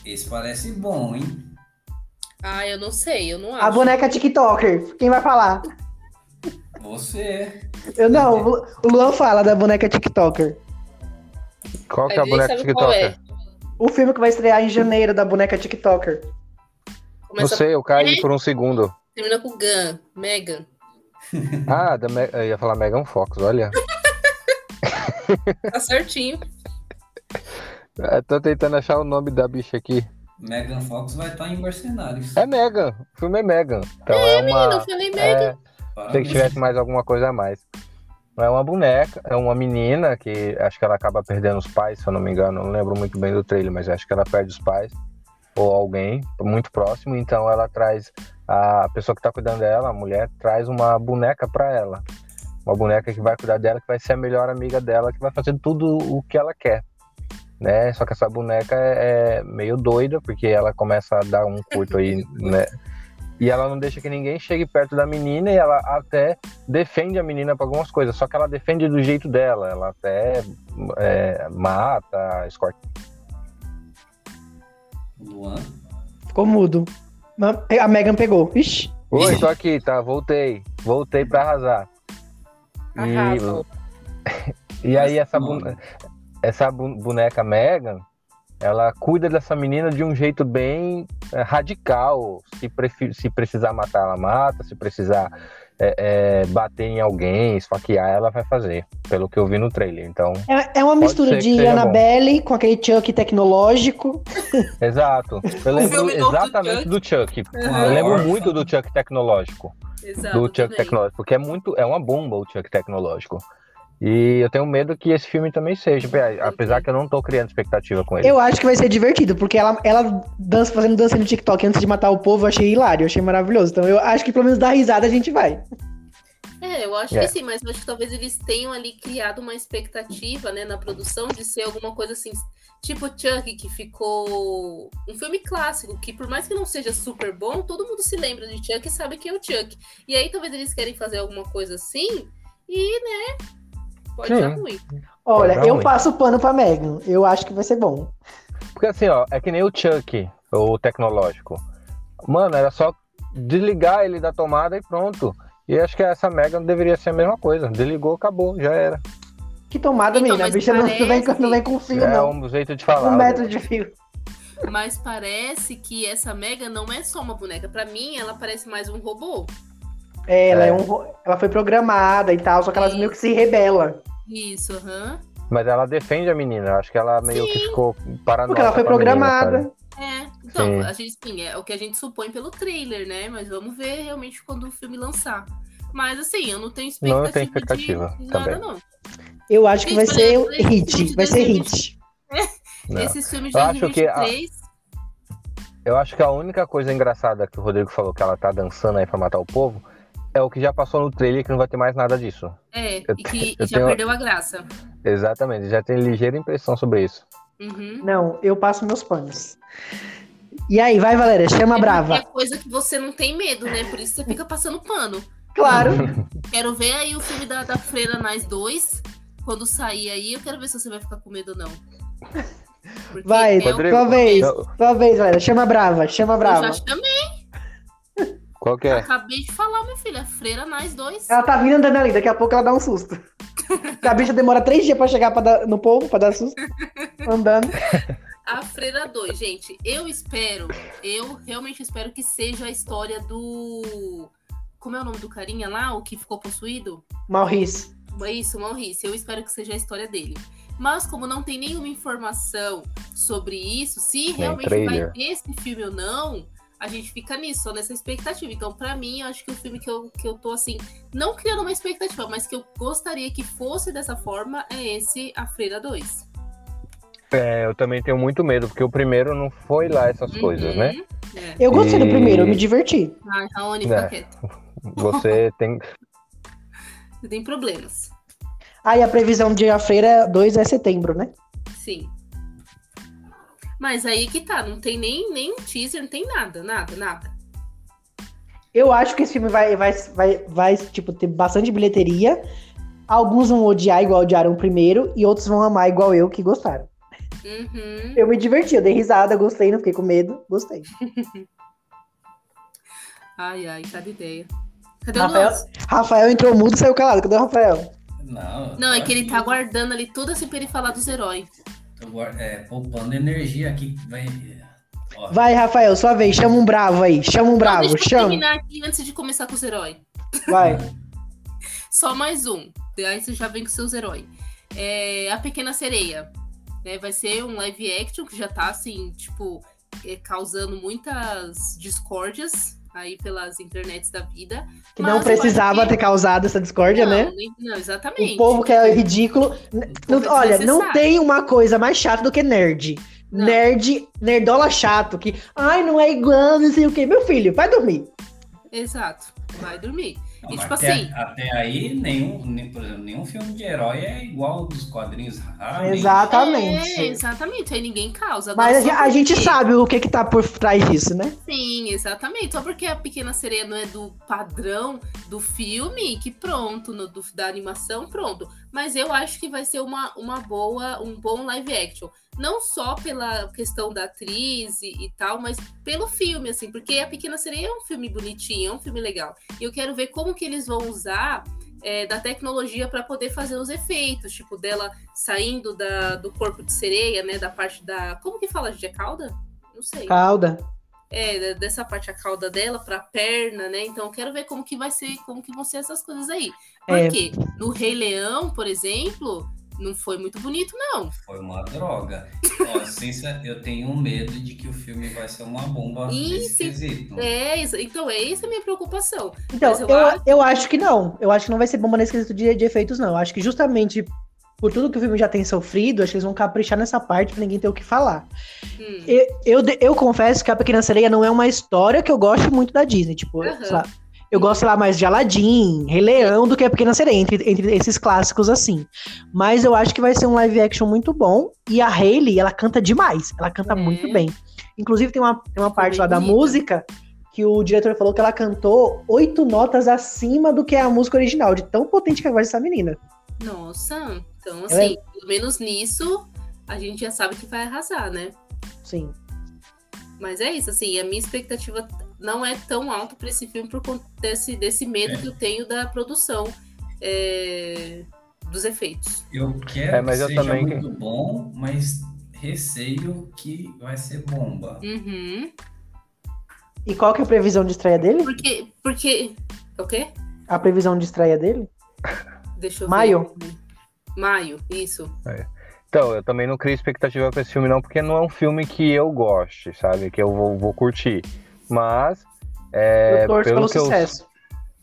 B: Esse parece bom, hein?
C: ah, eu não sei, eu não acho.
A: A boneca TikToker, quem vai falar?
B: Você.
A: Eu não, o Luan fala da boneca TikToker.
D: qual que é
C: A
D: a
C: gente
D: boneca
C: sabe qual é.
D: TikToker?
A: O filme que vai estrear em janeiro da boneca TikToker.
D: Não
C: Começa,
D: sei, eu
C: é.
D: caí por um segundo.
C: termina com Gun, Megan.
D: Ah, da Me- eu ia falar Megan Fox, olha.
C: Tá certinho.
D: Eu tô tentando achar o nome da bicha aqui.
B: Megan Fox vai estar em Mercenários.
D: É Megan, o filme é Megan. Então é, uma.
C: Menino, eu falei Megan.
D: é, achei que tivesse mais alguma coisa a mais. É uma boneca, é uma menina que acho que ela acaba perdendo os pais, se eu não me engano. Não lembro muito bem do trailer, mas acho que ela perde os pais ou alguém muito próximo. Então ela traz a pessoa que tá cuidando dela, a mulher, traz uma boneca pra ela. Uma boneca que vai cuidar dela, que vai ser a melhor amiga dela, que vai fazer tudo o que ela quer. Né? Só que essa boneca é é meio doida, porque ela começa a dar um curto aí, né? E ela não deixa que ninguém chegue perto da menina e ela até defende a menina pra algumas coisas, só que ela defende do jeito dela, ela até é, mata, escorta.
B: Luan.
A: Ficou mudo. Ma- é, A Megan pegou. Ixi.
D: Oi, tô aqui, tá? Voltei. Voltei pra arrasar. Ah, tá
C: Arrasa.
D: E, e aí essa,
B: Nossa.
D: bone- essa bu- boneca Megan, ela cuida dessa menina de um jeito bem é, radical. Se, prefi- se precisar matar, ela mata, se precisar é, é, bater em alguém, esfaquear, ela vai fazer, pelo que eu vi no trailer. Então,
A: É, é uma
D: Pode
A: mistura
D: ser que
A: de
D: seja
A: Annabelle com aquele Chuck tecnológico.
D: exato. Eu lembro
C: filme novo do
D: exatamente do Chuck. Eu lembro muito do Chuck tecnológico.
C: Exato.
D: do Chuck
C: também.
D: Tecnológico, porque é muito, é uma bomba o Chuck Tecnológico. E eu tenho medo que esse filme também seja, ape- apesar que eu não tô criando expectativa com ele.
A: Eu acho que vai ser divertido, porque ela, ela dança, fazendo dança no TikTok antes de matar o povo, eu achei hilário, eu achei maravilhoso. Então eu acho que pelo menos dar risada a gente vai.
C: É, eu acho
D: É.
C: que sim, mas eu acho que talvez eles tenham ali criado uma expectativa, né, na produção de ser alguma coisa assim, tipo Chuck, que ficou um filme clássico, que por mais que não seja super bom, todo mundo se lembra de Chuck e sabe quem é o Chuck. E aí talvez eles querem fazer alguma coisa assim e, né, pode
D: Sim.
C: dar ruim.
A: Olha,
D: Vai dar
A: eu
D: ruim.
A: passo pano pra Megan. Eu acho que vai ser bom.
D: Porque assim, ó, é que nem o Chuck, o Tecnológico. Mano, era só desligar ele da tomada e pronto. E acho que essa Megan deveria ser a mesma coisa. Desligou, acabou, já era.
A: Que tomada,
C: Então,
A: menina. A
C: mas
A: bicha não, não vem,
C: parece-
A: não vem com fio,
D: É
A: não.
D: um jeito de
A: Um
D: falar.
A: metro de fio.
C: Mas parece que essa Mega não é só uma boneca, Pra mim ela parece mais um robô.
A: É, ela, é.
D: É.
A: um ro- ela foi programada e tal, só que ela
C: Sim.
A: meio que se rebela.
C: Isso, aham.
D: Mas ela defende a menina. eu Acho que ela meio que
C: Sim.
D: ficou paranoica.
A: Porque ela foi
D: com a menina,
A: programada.
D: sabe?
C: É, então,
D: Sim.
C: a gente, sim, é o que a gente supõe pelo trailer, né? Mas vamos ver realmente quando o filme lançar. Mas assim, eu não tenho expectativa,
D: Não, eu tenho expectativa
C: de, de nada,
D: também.
C: não.
A: eu acho que vai
C: Gente,
A: ser
C: mas esse filme
A: hit.
C: de
A: Vai ser
C: 2020.
A: hit.
D: Não.
C: Esses filmes de
D: Eu acho que a-
C: 2023,
D: Né? Eu acho que a única coisa engraçada que o Rodrigo falou que ela tá dançando aí pra matar o povo é o que já passou no trailer que não vai ter mais nada disso.
C: é,
D: eu
C: e que
D: eu
C: já
D: tenho-
C: perdeu a graça.
D: Exatamente, já tem ligeira impressão sobre isso.
C: Uhum.
A: Não, eu passo meus panos. E aí, vai, Valéria, chama a Tá
C: É
A: brava.
C: coisa que você não tem medo, né? Por isso você fica passando pano.
A: Claro.
C: Quero ver aí o filme da, da Freira Nas 2. Quando sair aí, eu quero ver se você vai ficar com medo ou não. Porque
A: Vai,
C: é um-
D: Rodrigo,
A: tua vez.
D: eu-
A: Tua vez, Valéria. Chama a brava, chama a
C: Eu
A: brava.
C: já chamei,
D: Qual que é?
C: acabei de falar, minha filha. Freira Nas 2.
A: Ela tá vindo andando ali, daqui a pouco ela dá um susto. a bicha demora três dias pra chegar pra dar- no povo, pra dar susto. Andando.
C: A Freira 2, gente, eu espero, eu realmente espero que seja a história do. Como é o nome do carinha lá, o que ficou possuído?
A: Maurice.
C: É Isso, Maurice, eu espero que seja a história dele. Mas como não tem nenhuma informação sobre isso, se realmente vai
D: trailer.
C: ter esse filme ou não, a gente fica nisso, só nessa expectativa. Então, pra mim, eu acho que o filme que eu, que eu tô assim, não criando uma expectativa, mas que eu gostaria que fosse dessa forma, é esse A Freira 2.
D: É, eu também tenho muito medo, porque o primeiro não foi lá essas coisas, né?
C: Uhum. É.
A: Eu gostei do
D: E-
A: primeiro, eu me diverti.
C: Ai, Raoni, fica
D: É.
C: quieto.
D: Você tem.
C: Você tem problemas.
A: Ah, e a previsão de a freira 2 é setembro, né?
C: Sim. Mas aí que tá, não tem nem, nem um teaser, não tem nada, nada, nada.
A: Eu acho que esse filme vai, vai, vai, vai tipo, ter bastante bilheteria. Alguns vão odiar igual odiaram o primeiro, e outros vão amar igual eu, que gostaram.
C: Uhum.
A: Eu me diverti, eu dei risada, gostei, não fiquei com medo, gostei.
C: Ai, ai, cada ideia. Cadê
A: Rafael?
C: o Luan?
A: Rafael entrou mudo, saiu calado. Cadê o Rafael?
B: Não,
C: Não, é
B: tô
C: que ele
B: aqui,
C: tá guardando ali tudo assim pra ele falar dos heróis.
B: tô guar- é, poupando energia aqui. Vai, ó,
A: Vai, Rafael, sua vez, chama um bravo aí, chama um
C: Não,
A: bravo,
C: deixa eu
A: chama.
C: terminar aqui antes de começar com os heróis.
A: Vai.
C: Só mais um. Aí você já vem com seus heróis. É, a Pequena Sereia. né, vai ser um live action que já tá assim, tipo, é, causando muitas discórdias aí pelas internets da vida.
A: Que
C: Mas
A: não
C: eu
A: precisava
C: acho que-
A: ter causado essa discórdia,
C: não,
A: né?
C: nem- Não, exatamente.
A: O povo que é ridículo. N- não-
C: é
A: olha, não
C: desnecessário.
A: tem uma coisa mais chata do que nerd.
C: Não.
A: Nerd, nerdola chato, que, ai, não é igual, não sei o quê. Meu filho, vai dormir.
C: Exato. Vai dormir.
B: Não,
C: E,
B: mas
C: tipo
B: até,
C: assim-
B: até aí, nenhum, nem- por exemplo, nenhum filme de herói é igual dos quadrinhos Ah, raros.
A: Exatamente.
C: É, exatamente. Aí ninguém causa. Agora,
A: Mas a,
C: só
A: ge- a gente
C: porque-
A: sabe o que que tá por trás disso, né?
C: Sim, exatamente. Só porque a Pequena Sereia não é do padrão do filme, que pronto, no, do- da animação, pronto. Mas eu acho que vai ser uma, uma boa, um bom live action. Não só pela questão da atriz e, e tal, mas pelo filme, assim, porque a Pequena Sereia é um filme bonitinho, é um filme legal. E eu quero ver como que eles vão usar. é, da tecnologia para poder fazer os efeitos, tipo, dela saindo da, do corpo de sereia, né? Da parte da. Como que fala, gente? É cauda? Não sei.
A: Calda.
C: é, dessa parte a cauda dela para a perna, né? Então eu quero ver como que vai ser, como que vão ser essas coisas aí.
A: É.
C: Porque no Rei Leão, por exemplo, não foi muito bonito, não.
B: Foi uma droga. Ó, Cissa, eu tenho medo de que o filme vai ser uma bomba
C: Ih,
B: nesse
C: sim.
B: quesito.
C: É, isso- então é essa a minha preocupação.
A: Então,
C: Mas eu
A: eu, eu, acho que não. Eu acho que não vai ser bomba nesse quesito de, de efeitos, não. Eu acho que justamente por tudo que o filme já tem sofrido, acho que eles vão caprichar nessa parte pra ninguém ter o que falar.
C: Hum.
A: Eu, eu, de- eu confesso que A Pequena Sereia não é uma história que eu gosto muito da Disney. Tipo,
C: Aham.
A: sei lá, eu gosto, sei lá, mais de Aladdin, Rei Leão, do que A Pequena Sereia, entre, entre esses clássicos assim. Mas eu acho que vai ser um live action muito bom. E a Hayley, ela canta demais. Ela canta
C: É.
A: muito bem. Inclusive, tem uma, tem uma parte
C: bem
A: lá da
C: bonita.
A: música que o diretor falou que ela cantou oito notas acima do que é a música original, de tão potente que é a voz dessa menina.
C: Nossa, então
A: Ela é-
C: assim, pelo menos nisso a gente já sabe que vai arrasar, né?
A: Sim.
C: Mas é isso, assim, a minha expectativa não é tão alta pra esse filme por conta desse, desse medo que eu tenho da produção é, dos efeitos.
B: Eu quero
D: É, mas
B: que
D: eu
B: seja
D: também-
B: muito bom, mas receio que vai ser bomba.
C: Uhum.
A: E qual que é a previsão de estreia dele?
C: Porque. Porque. O quê?
A: A previsão de estreia dele?
C: Deixa eu
A: Maio.
C: ver. Maio, isso.
D: Então, eu também não crio expectativa pra esse filme, não, porque não é um filme que eu goste, sabe? Que eu vou, vou curtir. Mas, é,
A: eu torço pelo
D: que eu-
A: sucesso.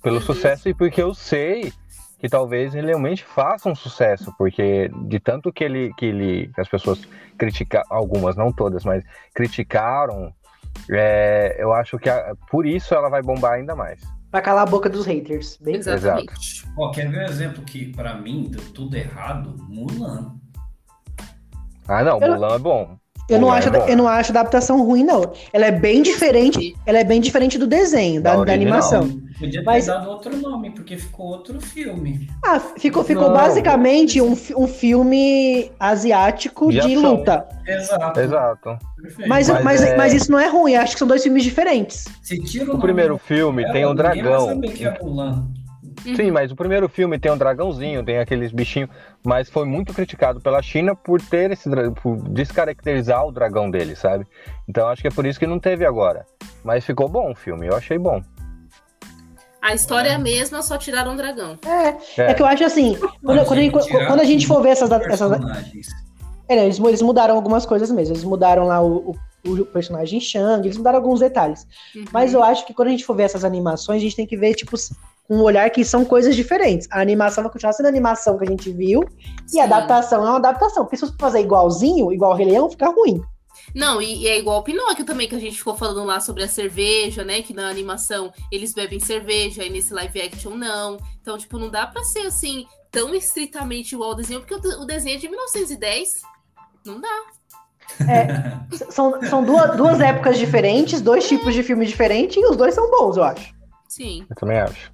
D: pelo
C: Uhum.
D: sucesso e porque eu sei que talvez ele realmente faça um sucesso, porque de tanto que ele, que ele, que as pessoas criticaram, algumas, não todas, mas criticaram, é, eu acho que a- por isso ela vai bombar ainda mais.
A: Pra calar a boca dos haters. Bem
C: Exatamente.
B: Ó, quer ver um exemplo que, pra mim, deu tudo errado? Mulan.
D: Ah, não,
A: Eu-
D: Mulan é bom.
A: Eu não,
D: Não é
A: acho,
D: bom.
A: eu não acho a adaptação ruim, não. Ela é bem diferente. Ela é bem diferente do desenho, da,
D: Da
A: da
D: original.
A: animação.
B: Podia ter
A: Mas-
B: dado outro nome, porque ficou outro filme.
A: Ah, ficou, ficou
D: Não.
A: basicamente um, fi- um filme asiático
D: De
A: de,
D: ação.
A: luta.
B: Exato.
D: Exato.
B: Perfeito.
A: Mas,
D: Mas
A: mas,
D: é-
A: mas isso não é ruim, acho que são dois filmes diferentes.
B: Se tira
D: O
B: nome
D: primeiro filme
B: dela,
D: tem um
B: ninguém vai
D: dragão.
B: saber que é Mulan.
D: Sim, mas o primeiro filme tem um dragãozinho, tem aqueles bichinhos, mas foi muito criticado pela China por ter esse dra- por descaracterizar o dragão dele, sabe? Então acho que é por isso que não teve agora. Mas ficou bom o filme, eu achei bom.
C: A história é a mesma, só tiraram um dragão.
A: É,
D: É.
A: é que eu acho assim, quando, quando a gente-
B: Tirar
A: quando a gente for ver essas, essas,
B: personagens.
A: É, né, eles, mu- eles mudaram algumas coisas mesmo. Eles mudaram lá o, o- o personagem Shang, eles mudaram alguns detalhes.
C: Uhum.
A: Mas eu acho que quando a gente for ver essas animações, a gente tem que ver, tipo, s- com um olhar que são coisas diferentes. A animação vai continuar sendo a animação que a gente viu, e
C: Uhum. Sim.
A: a adaptação é uma adaptação. Porque se você fazer igualzinho, igual o Rei Leão, fica ruim.
C: Não, e, e é igual o Pinóquio também, que a gente ficou falando lá sobre a cerveja, né? Que na animação eles bebem cerveja, e nesse live action não. Então, tipo, não dá pra ser assim, tão estritamente igual ao desenho, porque o, de- o desenho é de 1910. Não dá.
A: S- São, são duas, duas épocas diferentes, dois tipos de filme diferente, e os dois são bons, eu acho.
C: Sim.
D: Eu também acho.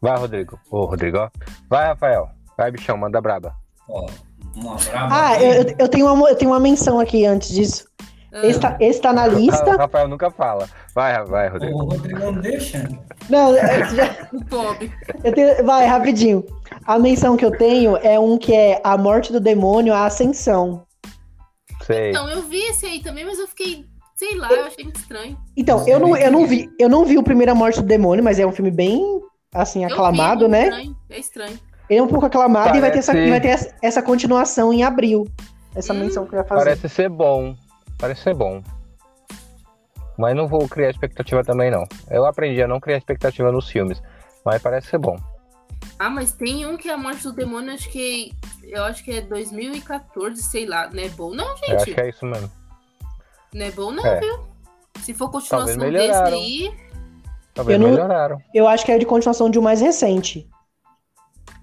D: Vai, Rodrigo. Ô, Rodrigo, ó. Vai, Rafael. Vai, bichão, manda braba.
B: Ó, uma brava.
A: Ah, eu, eu- eu tenho, uma, eu tenho uma menção aqui antes disso.
C: Ah,
A: Esse tá, esse tá na
D: Ah, o
A: lista.
D: Rafael nunca fala. Vai, vai, Rodrigo.
B: O Rodrigo não deixa.
A: Não, é- já,
C: O pobre.
A: Eu tenho- Vai, rapidinho. A menção que eu tenho é um que é A Morte do Demônio, a Ascensão. É.
D: Sei.
C: Então, eu vi esse aí também, mas eu fiquei, sei lá, eu achei muito estranho.
A: Então, eu não, eu não vi, eu não vi o primeiro A Morte do Demônio, mas é um filme bem assim,
C: Eu vi,
A: aclamado,
C: é
A: né?
C: Estranho, é estranho.
A: Ele é um pouco aclamado e vai ter, essa,
D: Parece-
A: e vai ter essa, essa continuação em abril. Essa menção que eu ia fazer.
D: Parece ser bom. Parece ser bom. Mas não vou criar expectativa também, não. Eu aprendi a não criar expectativa nos filmes. Mas parece ser bom.
C: Ah, mas tem um que é a morte do demônio, acho que. Eu acho que é 2014, sei lá. Não é bom, não,
D: Eu acho
C: gente.
D: que é isso mesmo.
C: Não é bom, não,
D: É.
C: viu? Se for continuação
D: Talvez
C: desse
D: melhoraram.
C: aí.
D: Talvez
A: Eu não-
D: melhoraram.
A: Eu acho que é de continuação de um mais recente.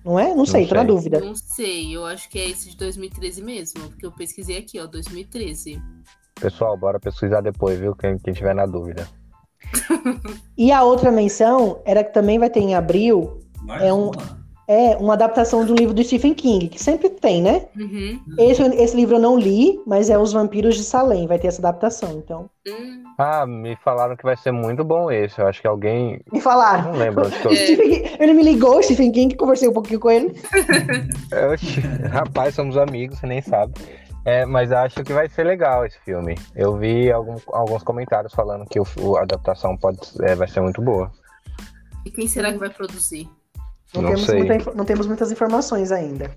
A: Não é? Não sei, tô na
D: sei.
A: dúvida.
C: Não sei, eu acho que é esse de 2013 mesmo, porque eu pesquisei aqui, ó, 2013.
D: Pessoal, bora pesquisar depois, viu? Quem, quem tiver na dúvida.
A: E a outra menção era que também vai ter em abril
B: Mais
A: É um-
B: uma.
A: é uma adaptação do livro do Stephen King, que sempre tem, né?
C: Uhum.
A: Esse, esse livro eu não li, mas é Os Vampiros de Salem, vai ter essa adaptação, então.
C: Hum,
D: Ah, me falaram que vai ser muito bom esse. Eu acho que alguém.
A: Me falaram.
D: Não lembro. onde que eu-
C: É.
A: Stephen King- Ele me ligou, o Stephen King, conversei um pouquinho com ele.
D: Oxi, Rapaz, somos amigos, você nem sabe. É, mas acho que vai ser legal esse filme. Eu vi algum- alguns comentários falando que o, o- a adaptação pode, é, vai ser muito boa.
C: E quem será que vai produzir?
A: Não,
D: Não
A: temos
D: sei.
A: muita info- não temos muitas informações ainda.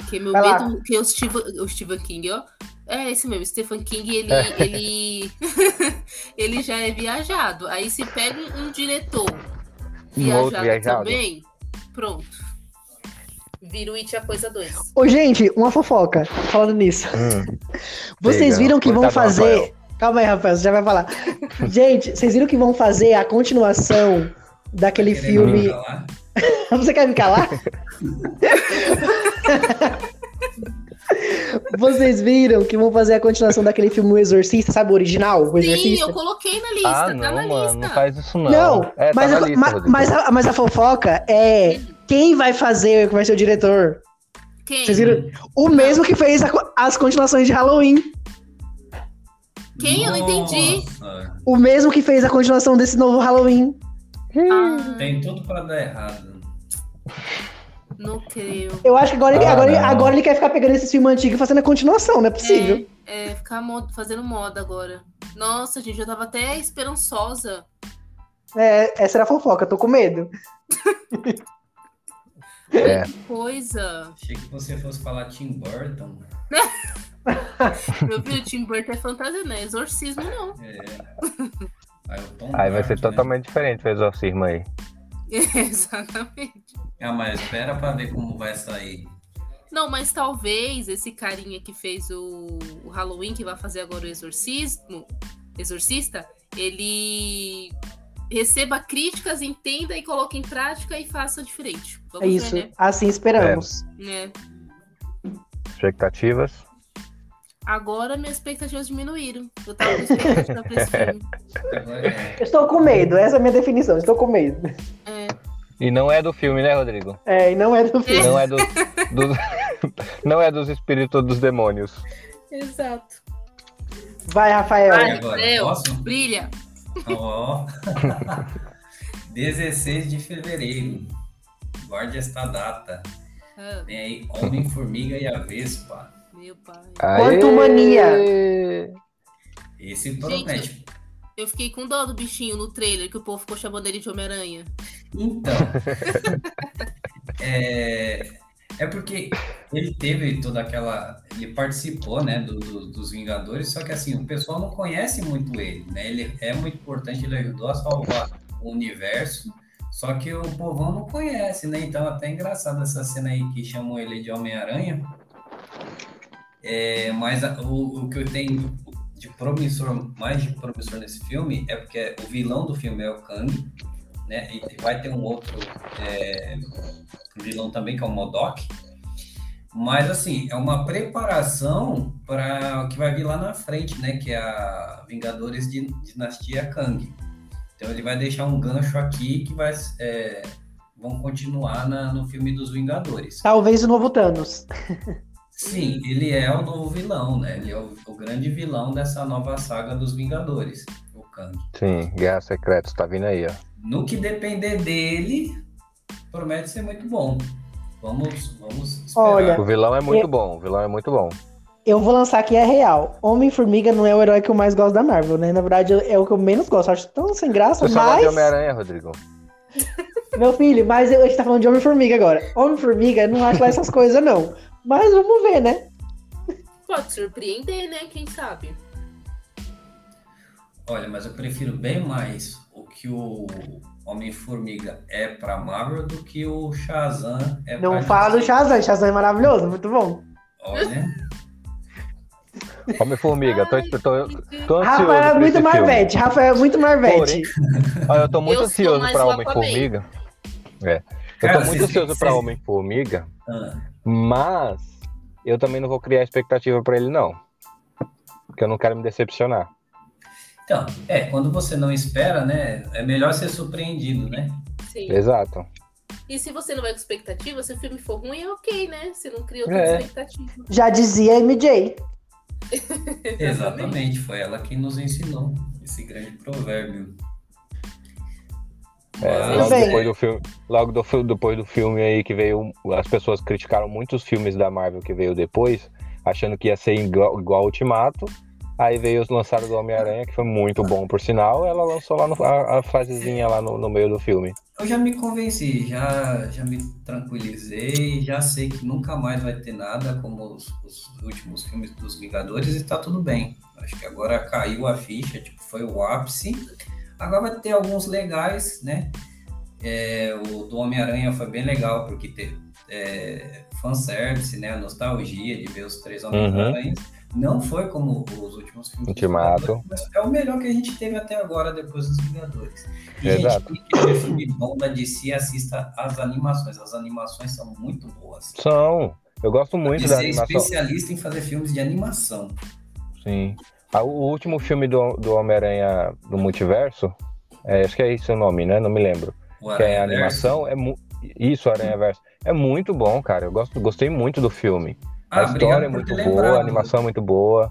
C: Porque meu
A: Vai lá.
C: medo que o Steven, o Stephen King, ó. É esse mesmo, Stephen King, ele,
D: É.
C: ele, ele já é viajado. Aí se pega um diretor
D: Um
C: viajado,
D: outro viajado.
C: também, pronto. Vira o It a coisa 2.
A: Ô, gente, uma fofoca. Falando nisso.
D: Hum,
A: Vocês
D: Diga,
A: viram que vão
D: coitado do
A: fazer.
D: Rafael.
A: Calma aí, Rafael, você já vai falar. gente, vocês viram que vão fazer a continuação daquele
B: Querendo
A: filme.
B: ir pra lá.
A: Você quer me calar? Vocês viram que vão fazer a continuação daquele filme O Exorcista, sabe o original? O
C: Sim,
A: Exorcista?
C: eu coloquei na lista,
D: Ah,
C: tá
D: não,
C: na
D: mano,
C: lista.
D: não faz isso não.
A: Não,
D: é,
A: mas,
D: tá
A: a,
D: na lista,
A: ma-
D: Rodrigo.
A: mas, a, mas a fofoca é quem vai fazer, quem vai ser o diretor?
C: Quem?
A: Vocês viram? O mesmo que fez a co- as continuações de Halloween.
C: Quem? Eu não entendi.
B: Nossa,
A: O mesmo que fez a continuação desse novo Halloween.
C: Ah,
B: Tem tudo pra dar errado.
C: não creio.
A: Eu acho que agora, ele-
D: Ah,
A: agora, ele-
D: não.
A: agora ele quer ficar pegando esse filme antigo e fazendo a continuação, não é possível.
C: É, é ficar mo- fazendo moda agora. Nossa, gente, eu tava até esperançosa.
A: É, essa era a fofoca, tô com medo.
D: É.
C: Coisa.
B: Achei que você fosse falar Tim Burton.
C: Meu filho, Tim Burton é fantasia, não é exorcismo, não.
B: É. Aí, o Tom
D: Aí vai
B: Burton,
D: ser
B: né?
D: totalmente diferente o exorcismo aí.
C: Exatamente.
B: Ah, mas espera pra ver como vai sair.
C: Não, mas talvez esse carinha que fez o, o Halloween, que vai fazer agora o exorcismo, exorcista, ele receba críticas, entenda e coloque em prática e faça diferente. Vamos
A: É isso.
C: ver,
A: Assim esperamos.
C: né? É.
D: Expectativas.
C: Agora minhas expectativas diminuíram. Eu tava com expectativa pra esse filme.
B: Agora é.
A: Eu Estou com medo, essa é a minha definição, estou com medo.
C: É.
D: E não é do filme, né, Rodrigo?
A: É, e não é do filme.
D: Não é do, do- não é dos espíritos dos demônios.
C: Exato.
A: Vai, Rafael.
B: E
C: Vai.
B: agora,
C: Meu.
B: posso?
C: Brilha.
B: Ó. 16 de fevereiro. Guarde esta data.
C: Ah,
B: Vem aí Homem-Formiga e a Vespa.
C: meu pai.
D: Aê!
A: Quantumania.
B: Esse promete.
C: Eu fiquei com dó do bichinho no trailer que o povo ficou chamando ele de Homem-Aranha.
B: Então. é, é porque ele teve toda aquela. Ele participou, né, do- do- dos Vingadores, só que assim, o pessoal não conhece muito ele, né? Ele é muito importante, ele ajudou a salvar o universo, só que o povão não conhece, né? Então, até engraçado essa cena aí que chamam ele de Homem-Aranha. É, mas a- o, o que eu tenho de promissor, mais de promissor nesse filme, é porque o vilão do filme é o Kang, né? E vai ter um outro é, vilão também, que é o Modok. Mas, assim, é uma preparação para o que vai vir lá na frente, né? Que é a Vingadores de Dinastia Kang. Então, ele vai deixar um gancho aqui que vai, é, vão continuar na- no filme dos Vingadores.
A: Talvez o novo Thanos.
B: Sim, ele é o novo vilão, né? Ele é o, o grande vilão dessa nova saga dos Vingadores, o Kang.
D: Sim, Guerra Secreta, tá vindo aí, ó.
B: No que depender dele, promete ser muito bom. Vamos, vamos esperar.
A: Olha.
D: O vilão é muito bom, o vilão é muito bom.
A: Eu vou lançar aqui, é real. Homem-Formiga não é o herói que eu mais gosto da Marvel, né? Na verdade, é o que eu menos gosto. Eu Acho tão sem graça,
D: Você só gosta de
A: mas.
D: Homem-Aranha, Rodrigo.
A: Meu filho, mas eu- a gente tá falando de Homem-Formiga agora. Homem-Formiga, eu não acho lá essas coisas, não. Mas vamos ver, né?
C: Pode surpreender, né? Quem sabe?
B: Olha, mas eu prefiro bem mais o que o Homem-Formiga é pra Marvel do que o Shazam é
A: Não
B: pra
A: fala do
B: DC.
A: Shazam. Shazam é maravilhoso, muito bom.
B: Olha,
D: Homem-Formiga, tô, tô, tô, ansioso.
A: Rafael é
D: por
A: muito
D: esse filme.
A: Marvete. Rafael é muito Marvete.
D: Porém, Ah, Eu tô muito
C: Eu sou
D: ansioso
C: mais
D: pra
C: o
D: Homem-Formiga. É. Eu
B: Cara,
D: tô muito
B: vocês-
D: ansioso pra
B: vocês-
D: Homem-Formiga,
B: ah,
D: mas eu também não vou criar expectativa pra ele, não. Porque eu não quero me decepcionar.
B: então, é, quando você não espera, né, é melhor ser surpreendido, né?
C: Sim.
D: Exato.
C: E se você não vai com expectativa, se o filme for ruim, é ok, né? Você não criou tanta
D: É.
C: expectativa.
A: Já dizia MJ.
B: Exatamente, foi ela quem nos ensinou esse grande provérbio.
D: É,
B: Mas-
D: logo
A: bem.
D: depois do filme, logo do fi- depois do filme aí que veio, as pessoas criticaram muitos filmes da Marvel que veio depois, achando que ia ser igual, igual ao Ultimato. Aí veio os lançados do Homem-Aranha, que foi muito bom, por sinal. Ela lançou lá no- a, a frasezinha lá no, no meio do filme.
B: Eu já me convenci, já, já me tranquilizei, já sei que nunca mais vai ter nada como os, os últimos filmes dos Vingadores e tá tudo bem. Acho que agora caiu a ficha, tipo, foi o ápice. Agora vai ter alguns legais, né? É, o do Homem-Aranha foi bem legal, porque teve é, fanservice, né? A nostalgia de ver os três Homem-Aranhas. Não foi como os últimos filmes. dos
D: Ultimato.
B: Vingadores, mas É o melhor que a gente teve até agora, depois dos Vingadores. E,
D: Exato.
B: gente, quem quer ver filme bom da DC, assista as animações. As animações são muito boas.
D: São. Eu gosto muito
B: DC
D: da
B: é
D: animação.
B: especialista em fazer filmes de animação.
D: Sim. Ah, O último filme do, do Homem-Aranha do Multiverso, é, acho que é esse o nome, né? Não me lembro.
B: O
D: Que é a
B: Aranhaverso.
D: animação, é mu- isso, Aranha Verso. É muito bom, cara. Eu gosto, gostei muito do filme.
B: Ah,
D: a história é
B: obrigado por
D: muito
B: ter
D: boa,
B: lembrado.
D: a animação é muito boa.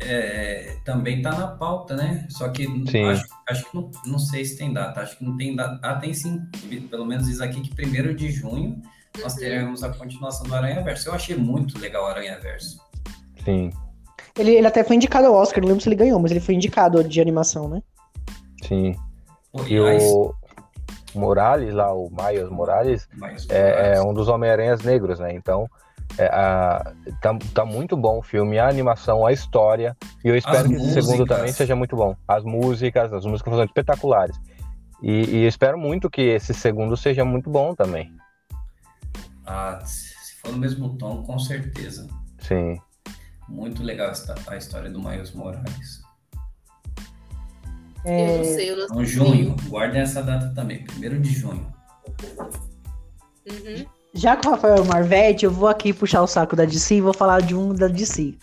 B: É, também tá na pauta, né? Só que
D: Sim.
B: acho, acho que não, não sei se tem data. Acho que não tem data. Ah, tem sim. Pelo menos diz aqui que 1 de junho nós teremos a continuação do Aranha Verso. Eu achei muito legal o Aranha Verso.
D: Sim,
A: Ele, ele até foi indicado ao Oscar, não lembro se ele ganhou, mas ele foi indicado de animação, né?
D: sim. E o Morales lá, o Miles Morales,
B: Mas,
D: é, é um dos Homem-Aranhas negros, né? Então, é, a- tá, tá muito bom o filme, a animação, a história. E eu espero
B: As
D: que esse segundo
B: músicas.
D: também seja muito bom. As músicas, as músicas são espetaculares. E, e eu espero muito que esse segundo seja muito bom também.
B: Ah, se for no mesmo tom, com certeza.
D: Sim.
B: Muito legal esta- a história do Miles Morales.
C: Eu não
A: É,
C: sei, eu não
B: Então, junho, guardem essa data também, 1 de junho.
C: Uhum.
A: já que o Rafael é o Marvete, eu vou aqui puxar o saco da DC e vou falar de um da DC.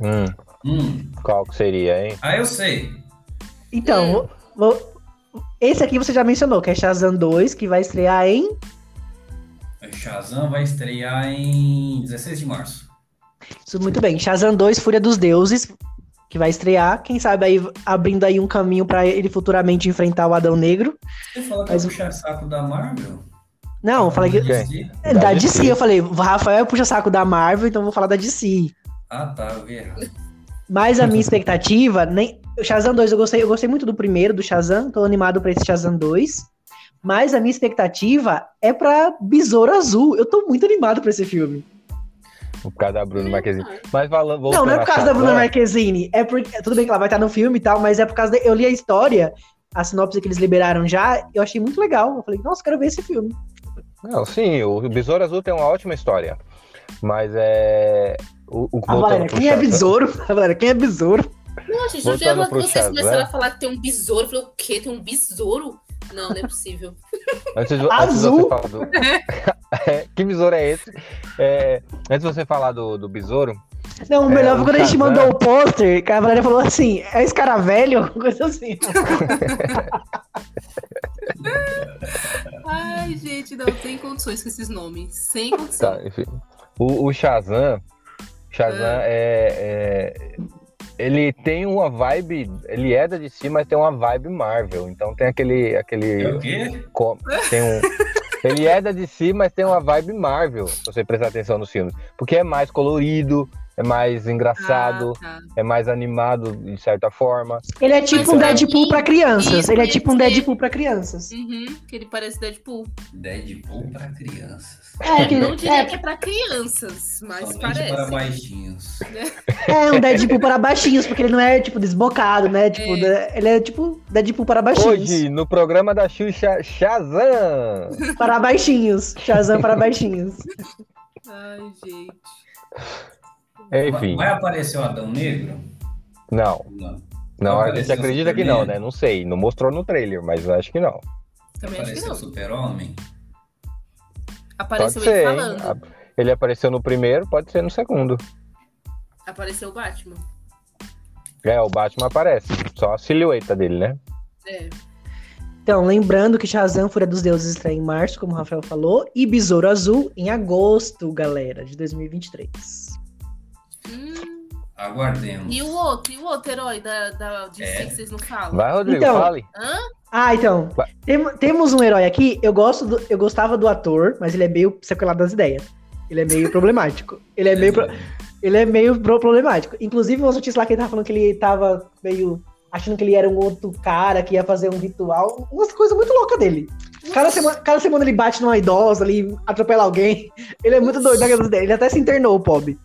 D: Hum,
B: Hum,
D: qual que seria, hein?
B: ah, eu sei.
A: Então,
C: Hum.
A: vou- vou- esse aqui você já mencionou, que é Shazam 2, que vai estrear em.
B: O Shazam vai estrear em 16 de março.
A: Isso, muito bem. Shazam 2, Fúria dos Deuses, que vai estrear. Quem sabe aí abrindo aí um caminho pra ele futuramente enfrentar o Adão Negro.
B: Você falou que
A: Mas-
B: eu puxar saco da Marvel?
A: Não, eu falei que.
D: Quem?
A: É, Da, DC. eu falei, o Rafael puxa saco da Marvel, então eu vou falar da DC.
B: Ah, tá, eu vi errado.
A: Mas a minha expectativa, nem. O Shazam 2, eu gostei, eu gostei muito do primeiro, do Shazam, tô animado pra esse Shazam 2. Mas a minha expectativa é pra Besouro Azul. Eu tô muito animado pra esse filme.
D: Por causa da Bruna
C: Meu
D: Marquezine.
C: pai.
D: Mas falando,
A: não, não é
D: voltando
A: por
D: a né?
A: causa da
D: Shazam,
A: Bruna Marquezine. É porque. Tudo bem que ela vai estar no filme e tal, mas é por causa. da- eu li a história, a sinopse que eles liberaram já, eu achei muito legal. Eu falei, nossa, quero ver esse filme.
D: Não, sim, o Besouro Azul tem uma ótima história. Mas é. O, o,
A: A
D: voltando
A: Valera,
D: pro
A: quem é
D: Shazam-
A: besouro? A Valera, quem é besouro?
C: Não, gente, eu
D: Voltando
C: já que
D: pro é.
C: vocês
D: Shazam.
C: começaram a falar que tem um besouro. Eu falei, o quê? Tem um besouro? Não, não é possível.
D: Antes de, antes de
A: Azul.
D: você falar do. É, que besouro é esse? É, antes de você falar do, do besouro,
A: Não, o
D: É,
A: melhor
D: o
A: foi quando a gente
D: Shazam.
A: mandou o pôster, que a Valera falou assim: é esse cara velho? Coisa assim.
C: Ai, gente, não tem condições com esses nomes. Sem condição.
D: tá, enfim. O, o Shazam. Shazam
C: Ah.
D: é, é- Ele tem uma vibe. Ele é da DC, mas tem uma vibe Marvel. Então tem aquele.
B: É o
D: aquele
B: quê?
D: co- tem um. Ele é da DC, mas tem uma vibe Marvel, se você prestar atenção nos filmes. Porque é mais colorido, é mais engraçado,
C: Ah, tá.
D: é mais animado de certa forma.
A: Ele é tipo
C: Mas
A: um
C: pra
A: Deadpool
C: mim,
A: pra crianças.
C: isso
A: Ele é
C: ia
A: tipo um
C: ser-
A: Deadpool pra crianças.
C: Uhum, que ele parece Deadpool.
B: Deadpool para crianças.
A: É, que-
C: Não diria
A: é,
C: que é pra crianças, mas
B: Somente
C: parece.
B: para baixinhos.
A: é um Deadpool para baixinhos, porque ele não é tipo desbocado, né? Tipo, da- ele é tipo Deadpool para baixinhos.
D: Hoje, no programa da Xuxa, Shazam!
A: Para baixinhos. Shazam para baixinhos.
C: Ai, gente.
D: Enfim,
B: Vai aparecer o Adão Negro?
D: não.
B: Não.
D: Não, a gente
B: Apareceu
D: acredita que
B: Superman.
D: não, né? Não sei. Não mostrou no trailer, mas eu acho que não.
C: Também acho que
B: Apareceu o
C: não.
B: Super-Homem?
C: Apareceu
D: pode
C: ele
D: ser, hein?
C: falando.
D: A- Ele apareceu no primeiro, pode ser no segundo.
C: Apareceu o Batman.
D: É, o Batman aparece. Só a silhueta dele, né?
C: É.
A: Então, lembrando que Shazam Fúria dos Deuses estreia em março, como o Rafael falou, e Besouro Azul em agosto, galera, de 2023.
C: Hum,
B: Aguardemos.
C: E o outro, e o outro herói da, da DC
B: É.
C: que vocês não falam?
D: Vai, Rodrigo,
A: Então,
D: fale.
A: Ah, então.
D: Vai.
A: tem- temos um herói aqui. Eu gosto do- eu gostava do ator, mas ele é meio sequelado das ideias. Ele é meio problemático. Ele é meio. pro- Ele é meio pro- problemático. Inclusive, uma notícia lá que ele tava falando que ele tava meio. achando que ele era um outro cara que ia fazer um ritual. Umas coisas muito loucas dele. Cada semana, cada semana ele bate numa idosa ali, atropela alguém. Ele é muito doido na cabeça dele. Ele até se internou, o pobre.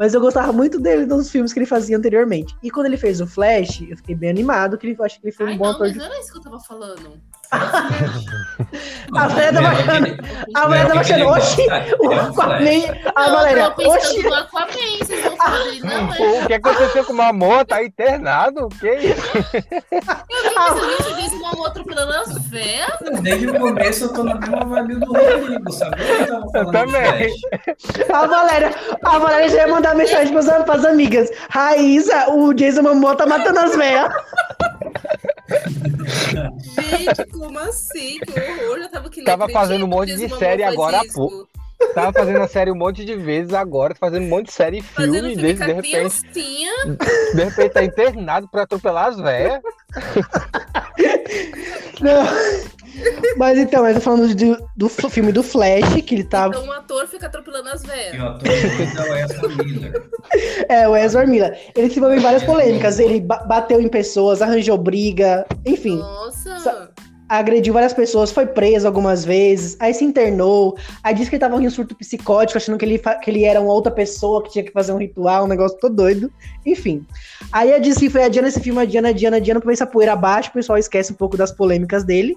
A: Mas eu gostava muito dele nos filmes que ele fazia anteriormente. E quando ele fez o Flash, eu fiquei bem animado, que ele, eu acho que ele foi um
C: Ai,
A: bom
C: não, né?
A: ator
C: mas
A: de.
C: não era isso que eu tava falando.
A: A Fred é bacana.
D: Ah,
A: A mulher tava achando, oxi, o
B: é um
A: Aquaman. A
C: não,
A: Valéria,
C: eu tava pensando
A: oxi.
C: no Aquaman, vocês vão falar,
D: Ah,
C: não, é.
D: O que aconteceu com o Mamon? Tá internado? O que é isso?
C: Eu vi que um esse vídeo uma outra pelas velas.
B: Desde o começo eu tô na mesma vibe do Rodrigo, sabe? é Eu, tava falando
D: também.
B: de Flash.
A: A Valéria, a Valéria já ia mandar mensagem pras, pras amigas. Raíssa, o Jason Momoa tá matando as velhas.
C: Gente, como assim? Que horror. Eu tava que não
D: Tava
C: acredito
D: fazendo um
C: que
D: monte de
C: esse
D: série
C: mamão
D: agora
C: faz
D: há
C: isso.
D: pouco. Tava fazendo a série um monte de vezes agora, fazendo um monte de série e
C: Fazendo
D: filme, e
C: filme
D: desde
C: com
D: de
C: a
D: repente,
C: criancinha.
D: de repente tá internado pra atropelar as velhas.
A: Não. Mas então, eu tô falando de- do, filme do Flash, que ele tá.
C: Então um ator fica atropelando as
B: E
C: velhas.
B: o ator é o Ezra Miller.
A: É, o Ezra Miller. Ele se envolveu em várias polêmicas. Ele ba- bateu em pessoas, arranjou briga, enfim,
C: Nossa.
A: Sa- agrediu várias pessoas, foi preso algumas vezes, aí se internou. Aí disse que ele tava em um surto psicótico, achando que ele, fa- que ele era uma outra pessoa, que tinha que fazer um ritual, um negócio todo doido. Enfim. Aí a Disney foi adiando esse filme, adiando, adiando, adiando, pra ver se a poeira abaixo, o pessoal esquece um pouco das polêmicas dele.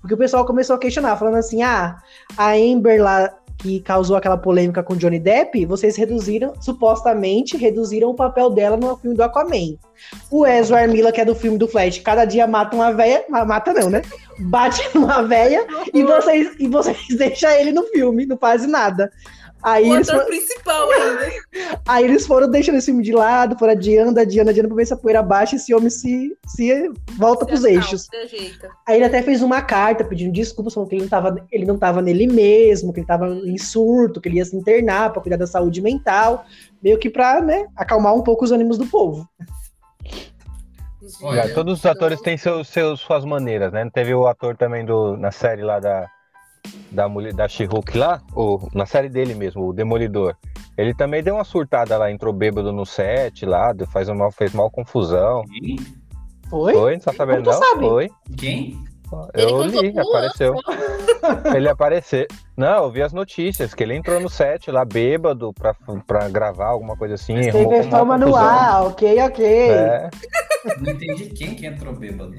A: Porque o pessoal começou a questionar, falando assim: ah, a Amber lá que causou aquela polêmica com Johnny Depp, vocês reduziram, supostamente reduziram o papel dela no filme do Aquaman. O Ezra Armila, que é do filme do Flash, cada dia mata uma véia, ma- mata não, né? Bate numa véia e vocês, e vocês deixam ele no filme, não faz nada. Aí
C: O
A: eles,
C: ator
A: fo-
C: principal né? ainda.
A: aí eles foram deixando esse filme de lado, foram adiando, adiando, adiando pra ver se a poeira baixa e esse homem se, se volta pros
C: Se
A: eixos.
C: acalma, ajeita.
A: Aí ele até fez uma carta pedindo desculpas, falando que ele não tava, ele não tava nele mesmo, que ele tava em surto, que ele ia se internar pra cuidar da saúde mental, meio que pra, né, acalmar um pouco os ânimos do povo.
D: Olha, todos os atores têm seus, seus, suas maneiras, né? Teve o ator também do, na série lá da, da, mulher- da She-Hulk lá, ou, na série dele mesmo, o Demolidor. Ele também deu uma surtada lá, entrou bêbado no set lá, deu- faz uma, fez mal confusão.
B: Quem?
A: Foi?
D: Foi? Não tá sabendo
A: tu
D: não?
A: sabe?
D: Foi.
B: Quem?
C: Ele
D: Eu
C: contou
D: li,
C: pro
D: apareceu.
C: Anson.
D: Ele apareceu. Não, eu vi as notícias que ele entrou no set lá bêbado pra, pra gravar alguma coisa assim. arrumou
A: Teve
D: uma
A: fama no
D: confusão.
A: ar, ok, ok.
D: É.
B: Não entendi quem que entrou bêbado.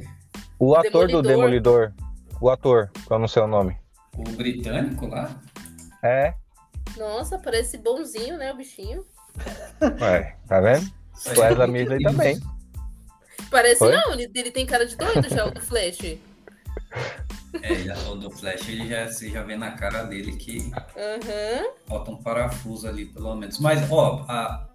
D: O ator do
C: Demolidor.
D: Demolidor. O ator, que eu não sei o nome.
B: O britânico lá?
D: É,
C: Nossa, parece bonzinho, né, o bichinho?
D: ué, tá vendo? O Ezra Miller também.
C: Parece
D: Foi?
C: não, ele, ele tem cara de doido já, o do Flash.
B: É, já o do Flash, ele já, você já vê na cara dele que
C: Aham.
B: falta um parafuso ali, pelo menos. Mas, ó, a-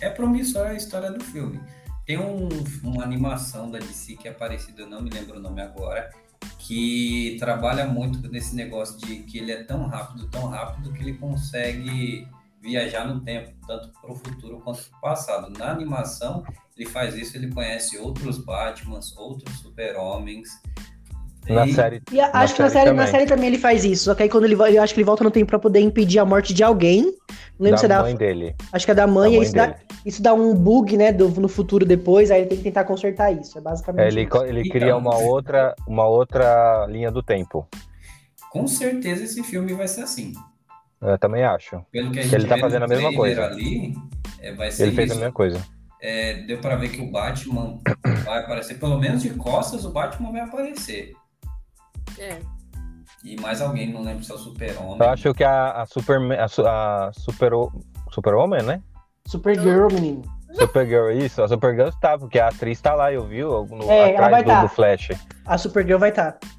B: é promissória a história do filme. Tem um- uma animação da DC que é parecida, eu não me lembro o nome agora, que trabalha muito nesse negócio de que ele é tão rápido, tão rápido, que ele consegue viajar no tempo, tanto para o futuro quanto para o passado. Na animação, ele faz isso, ele conhece outros Batmans, outros super-homens.
D: Na
B: E-
D: série.
A: E a-
D: Na
A: acho que na
D: série
A: série, na
D: também.
A: série também ele faz isso, só que aí quando ele, vo- eu acho que ele volta no tempo pra poder impedir a morte de alguém. Não lembro se é
D: da
A: da,
D: mãe dele.
A: acho que é da
D: Da
A: mãe, e
D: mãe
A: isso, dá,
D: dele.
A: isso dá um bug, né, do- no futuro depois, aí ele tem que tentar consertar isso, é basicamente
D: É, Ele,
A: isso.
D: co- ele
B: Então.
D: cria uma outra, uma outra linha do tempo.
B: Com certeza esse filme vai ser assim.
D: Eu também acho.
B: Pelo que a
D: Ele
B: gente
D: tá
B: vê
D: fazendo
B: no
D: a mesma
B: trailer
D: coisa.
B: Ali, é, vai ser
D: Ele fez a
B: isso.
D: mesma coisa.
B: É, deu pra ver que o Batman vai aparecer, pelo menos de costas, o Batman vai aparecer.
C: É.
B: E mais alguém, não lembro se é o Super-Homem.
D: Eu acho que a, a Superman. A, su- a Super. Super-Homem, né?
A: Supergirl, menino.
D: Supergirl, é isso. A Supergirl tá, porque a atriz tá lá, eu vi eu- no,
A: É, ela vai
D: atrás do,
A: tá.
D: do Flash.
A: A Supergirl vai tá. estar.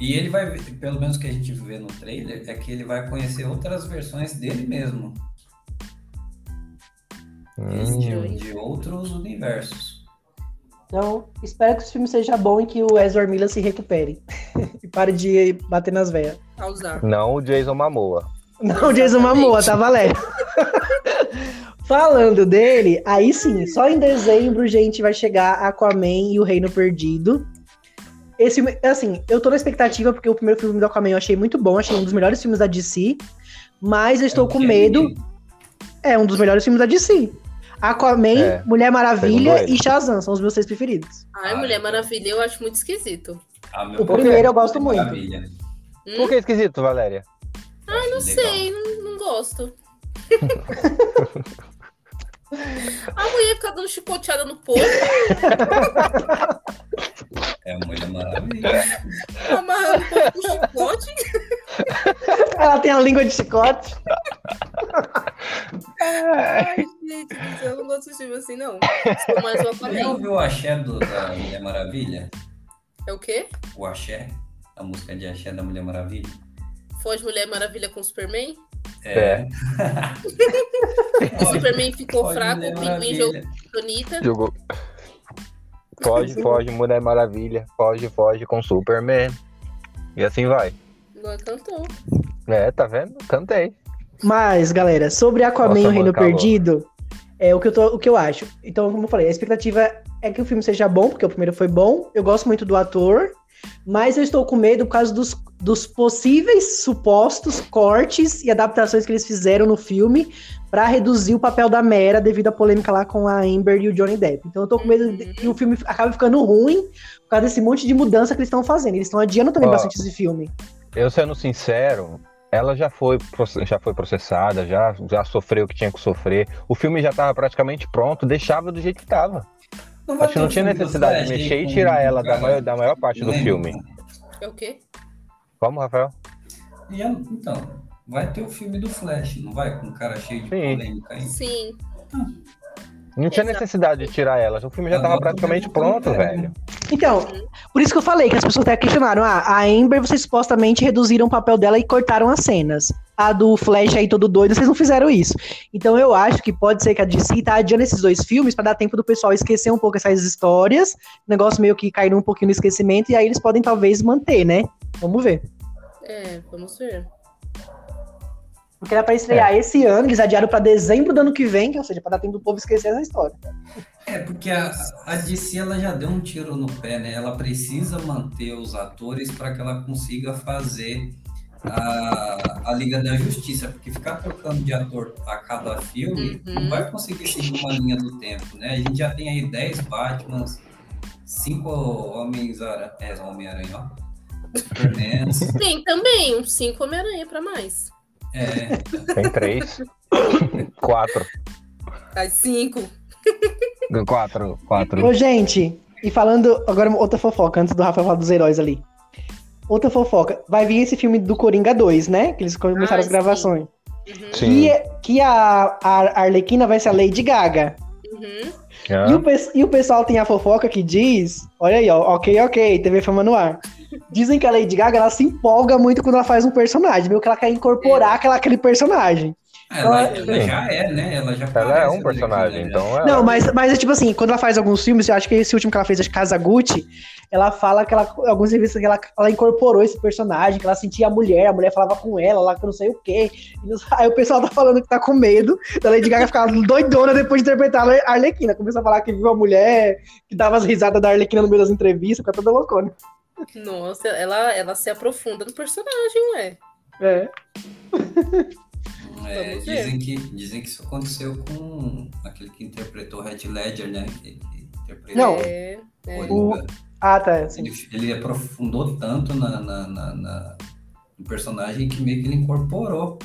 B: E ele vai, ver- pelo menos que a gente vê no trailer, é que ele vai conhecer outras versões dele mesmo, de,
C: Hum.
B: de outros universos.
A: Então, espero que esse filme seja bom e que o Ezra Miller se recupere. e pare de bater nas veias.
C: Causar.
D: Não o Jason Momoa.
A: Não, o Jason
C: Exatamente.
A: Momoa, tá valendo. Falando dele, aí sim, só em dezembro, gente, vai chegar Aquaman e o Reino Perdido. Esse filme, assim, eu tô na expectativa porque o primeiro filme do Aquaman eu achei muito bom, achei um dos melhores filmes da DC, mas eu estou
B: É
A: com
B: que
A: medo. é um dos melhores filmes da DC. Aquaman,
D: É,
A: Mulher Maravilha
D: segundo ele.
A: e Shazam são os meus seis preferidos.
C: Ai,
B: Ah,
C: Mulher
B: eu-
C: Maravilha, eu acho muito esquisito.
B: Ah, meu
A: O
B: Deus,
A: primeiro eu gosto muito.
B: maravilha.
C: Hum?
D: Por que é esquisito, Valéria?
B: Ai,
C: Não sei, não, não gosto. A mulher fica dando chicoteada no povo,
B: É muito maravilha.
C: amarrando o povo com chicote.
A: Ela tem a língua de chicote.
C: Ai, gente, do céu, eu não gosto de filme assim, não. Sou mais
B: Você
C: o
B: já
C: Aquaman.
B: ouviu o axé do, da Mulher Maravilha?
C: É o quê?
B: O axé? A música de axé da Mulher Maravilha?
C: Foge Mulher Maravilha com Superman?
D: É.
C: O Superman ficou
B: Olha,
C: fraco,
B: Mulher
C: o Pinguim jogou
B: Maravilha.
C: Tonita.
D: Jogou. Foge, foge, Mulher Maravilha. Foge, foge com Superman. E assim vai.
C: Igual cantou.
D: É, tá vendo? Cantei.
A: Mas, galera, sobre Aquaman
D: Nossa,
A: e o Reino
D: mano, calor.
A: Perdido, é o que, eu tô, o que eu acho. Então, como eu falei, a expectativa é que o filme seja bom, porque o primeiro foi bom. Eu gosto muito do ator, mas eu estou com medo por causa dos, dos possíveis supostos cortes e adaptações que eles fizeram no filme pra reduzir o papel da Mera devido à polêmica lá com a Amber e o Johnny Depp. Então, eu tô com medo de- que o filme acabe ficando ruim por causa desse monte de mudança que eles estão fazendo. Eles estão adiando também
D: Ó.
A: bastante esse filme.
D: Eu sendo sincero, ela já foi, proce- já foi processada, já, já sofreu o que tinha que sofrer. O filme já tava praticamente pronto, deixava do jeito que tava.
B: vai
D: Acho que
B: ter
D: não
B: um
D: tinha
B: filme do
D: necessidade de
B: Flash
D: mexer e
B: com um
D: tirar ela da
B: cara
D: maior, da maior parte do
B: lento.
D: filme.
C: É o quê?
D: Vamos, Rafael?
B: Já- então, vai ter o filme do Flash, não vai? Com um cara cheio de
D: Sim.
B: polêmica ainda.
C: Sim.
D: Não tinha
C: Exato.
D: necessidade de tirar ela. O filme já tava
B: Agora
D: praticamente
B: também não
D: pronto,
B: tem, né?
D: velho.
A: Então, por isso que eu falei que as pessoas até questionaram. Ah, a Amber, vocês supostamente reduziram o papel dela e cortaram as cenas. A do Flash aí todo doido, vocês não fizeram isso. Então eu acho que pode ser que a DC tá adiando esses dois filmes pra dar tempo do pessoal esquecer um pouco essas histórias. O negócio meio que caiu um pouquinho no esquecimento e aí eles podem talvez manter, né? Vamos ver.
C: É, vamos ver.
A: Porque era pra estrear esse ano, eles adiaram pra dezembro do ano que vem, ou seja, pra dar tempo do povo esquecer essa história.
B: É, porque a, a DC ela já deu um tiro no pé, né? Ela precisa manter os atores para que ela consiga fazer a, a Liga da Justiça, porque ficar trocando de ator a cada filme
C: Uhum.
B: não vai conseguir seguir uma linha do tempo, né? A gente já tem aí 10 Batmans, 5 Homens-Aranha, é, Homem-Aranha, ó. Supermans,
C: Tem também uns 5 Homem-Aranha pra mais.
B: é,
D: Tem três. quatro.
C: Ai, 5.
D: Quatro. Quatro.
A: Ô, gente, e falando agora uma outra fofoca, antes do Rafa falar dos heróis ali. Outra fofoca, vai vir esse filme do Coringa 2, né? Que eles começaram
C: Ah,
A: as gravações.
C: Uhum,
D: Sim.
A: Que, é, que a, a Arlequina vai ser a Lady Gaga.
C: uhum.
A: E, o,
D: Hã?
A: pe- e o pessoal tem a fofoca que diz, olha aí, ó, ok, ok, TV Fama no ar. Dizem que a Lady Gaga, ela se empolga muito quando ela faz um personagem, meio que ela quer incorporar aquela, aquele personagem.
B: ela,
A: Sim.
B: ela já é, né? Ela já
D: Ela é
B: parece
D: um
B: a
D: personagem,
B: Lequina, né?
D: então ela...
A: Não, mas, mas é tipo assim, quando ela faz alguns filmes, eu acho que esse último que ela fez, acho que Kazaguchi, ela fala que ela, alguns serviços que ela, ela incorporou esse personagem, que ela sentia a mulher, a mulher falava com ela, lá que não sei o quê. E não- aí o pessoal tá falando que tá com medo da Lady Gaga ficar doidona depois de interpretar a Arlequina. Começou a falar que viu a mulher, que dava as risadas da Arlequina no meio das entrevistas, fica toda loucona.
C: Nossa, ela, ela se aprofunda no personagem, ué.
A: É.
B: É,
C: Vamos ver.
B: dizem, que, dizem que isso aconteceu com aquele que interpretou Red Ledger, né? Que, que interpretou
A: Não.
C: É, é.
B: Coringa.
A: O- Ah, tá. sim.
B: Ele, ele aprofundou tanto na, na- na- na- no personagem que meio que ele incorporou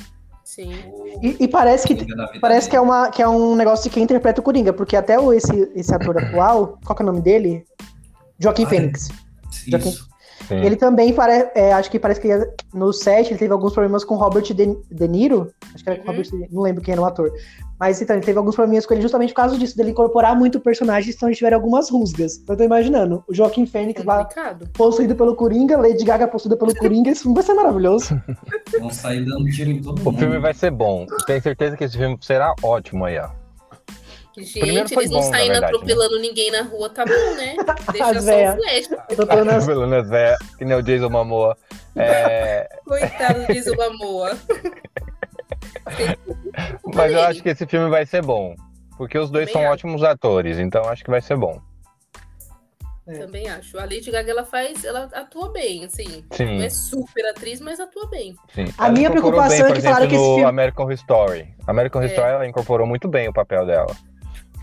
C: Sim.
B: o
A: E, e parece que
B: Coringa na vida
A: Parece que é,
B: dele.
A: uma, que é um negócio de quem interpreta o Coringa, porque até o, esse, esse ator atual, qual que é o nome dele? Joaquim
B: Ah,
A: Fênix. já que-
B: Isso.
D: Sim.
A: Ele também, pare, é, acho que parece que no set ele teve alguns problemas com Robert De, De Niro. Acho que era com
C: Uhum.
A: Robert De Niro, não lembro quem era o ator. Mas então, ele teve alguns probleminhas com ele justamente por causa disso, dele incorporar muito o personagem, então eles tiveram algumas rusgas. Eu tô imaginando, o Joaquim Fênix lá
C: É Complicado.
A: possuído pelo Coringa, Lady Gaga possuída pelo Coringa, isso vai ser maravilhoso.
B: Vão sair dando tiro em todo
D: O
B: mundo.
D: filme vai ser bom. Tenho certeza que esse filme será ótimo aí, ó. Primeiro
C: Gente,
D: foi
C: eles não
D: bom, na
C: saindo
D: verdade, né?
C: atropelando ninguém na rua, tá bom, né? Deixa
A: As
C: só
A: véia.
C: o flash.
A: Eu tô falando assim,
D: Pelo menos, é, que nem o Jason Momoa. É,
C: Coitado de Zubamoa.
D: mas eu acho que esse filme vai ser bom. Porque os dois
C: Também
D: são
C: acho.
D: ótimos atores, então acho que vai ser bom.
A: É.
C: Também acho. A Lady Gaga, ela faz, ela atua bem, assim. Não
D: Sim,
C: é super atriz, mas atua bem.
D: sim.
A: A
D: Ela
A: minha
D: incorporou
A: preocupação
D: bem,
A: é
D: por
A: que
D: exemplo,
A: falaram que esse
D: no
A: filme-
D: American Horror Story. American Horror
C: É.
D: Story, ela incorporou muito bem o papel dela.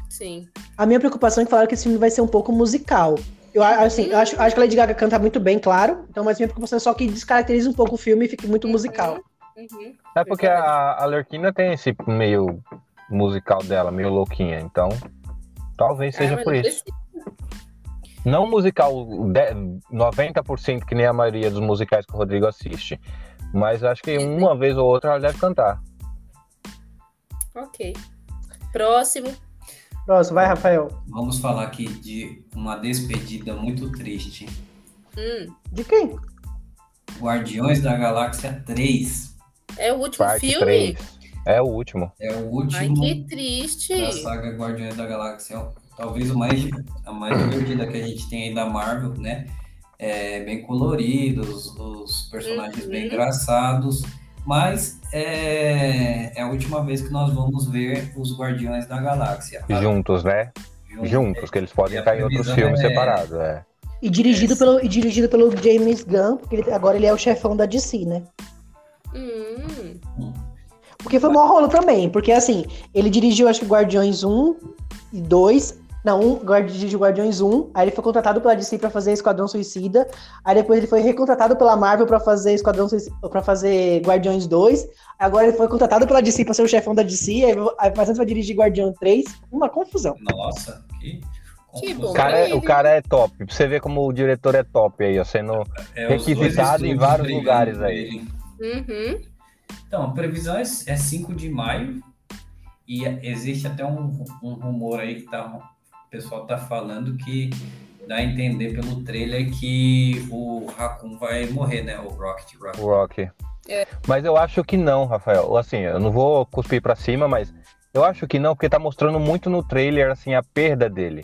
C: Sim.
A: A minha preocupação é que falaram que esse filme vai ser um pouco musical. Eu, a- assim, eu acho, acho que a Lady Gaga canta muito bem, claro. Então, mas minha preocupação é só que descaracterize um pouco o filme e fique muito musical.
C: Uhum.
D: É porque a, a Lerquina tem esse meio musical dela, meio louquinha, então talvez seja
C: Ah, mas
D: por
C: não
D: isso.
C: precisa.
D: Não musical de- 90% que nem a maioria dos musicais que o Rodrigo assiste, mas acho que
C: Sim.
D: uma vez ou outra ela deve cantar.
C: Ok. Próximo.
A: Próximo, vai, Rafael.
B: Vamos falar aqui de uma despedida muito triste.
C: Hum.
A: De quem?
B: Guardiões da Galáxia 3
C: É o último
D: Parte
C: filme?
D: 3. É o último.
B: é o
C: Ai,
B: último
C: que triste.
B: da saga Guardiões da Galáxia, talvez o mais, a mais divertida que a gente tem aí da Marvel, né? É bem coloridos, os personagens bem
C: Uhum.
B: engraçados, mas é, é a última vez que nós vamos ver os Guardiões da Galáxia.
D: Juntos, né?
B: Juntos.
D: Juntos, que eles podem
B: E a
D: estar em outros
B: previsão
D: filmes
B: é-
D: separados. É.
A: E dirigido, pelo, e dirigido pelo James Gunn, porque ele- agora ele é o chefão da DC, né?
C: Hum.
A: Porque foi mó rolo também, porque assim, ele dirigiu acho que Guardiões 1 e 2. Não, um, guard- dirigiu Guardiões 1, aí ele foi contratado pela DC pra fazer Esquadrão Suicida, aí depois ele foi recontratado pela Marvel pra fazer Esquadrão Suicida, para fazer Guardiões 2. Agora ele foi contratado pela DC pra ser o chefão da DC, aí, aí mais antes vai dirigir Guardião 3. Uma confusão.
B: Nossa, que,
C: Que
D: O
C: bom.
D: cara, é-
C: Ele-
D: o cara é top. Pra você ver como o diretor é top aí, ó, sendo
B: É, os dois
D: Requisitado em
B: estúdios
D: vários
B: brigando
D: lugares
B: por
D: aí.
B: ele.
C: Uhum.
B: Então, a previsão é, é 5 de maio e existe até um, um rumor aí que tá, o pessoal tá falando que dá a entender pelo trailer que o Raccoon vai morrer, né? O Rocket
D: o
B: Raccoon.
D: Rock.
C: É.
D: Mas eu acho que não, Rafael. Assim, eu não vou cuspir pra cima, mas eu acho que não, porque tá mostrando muito no trailer assim a perda dele.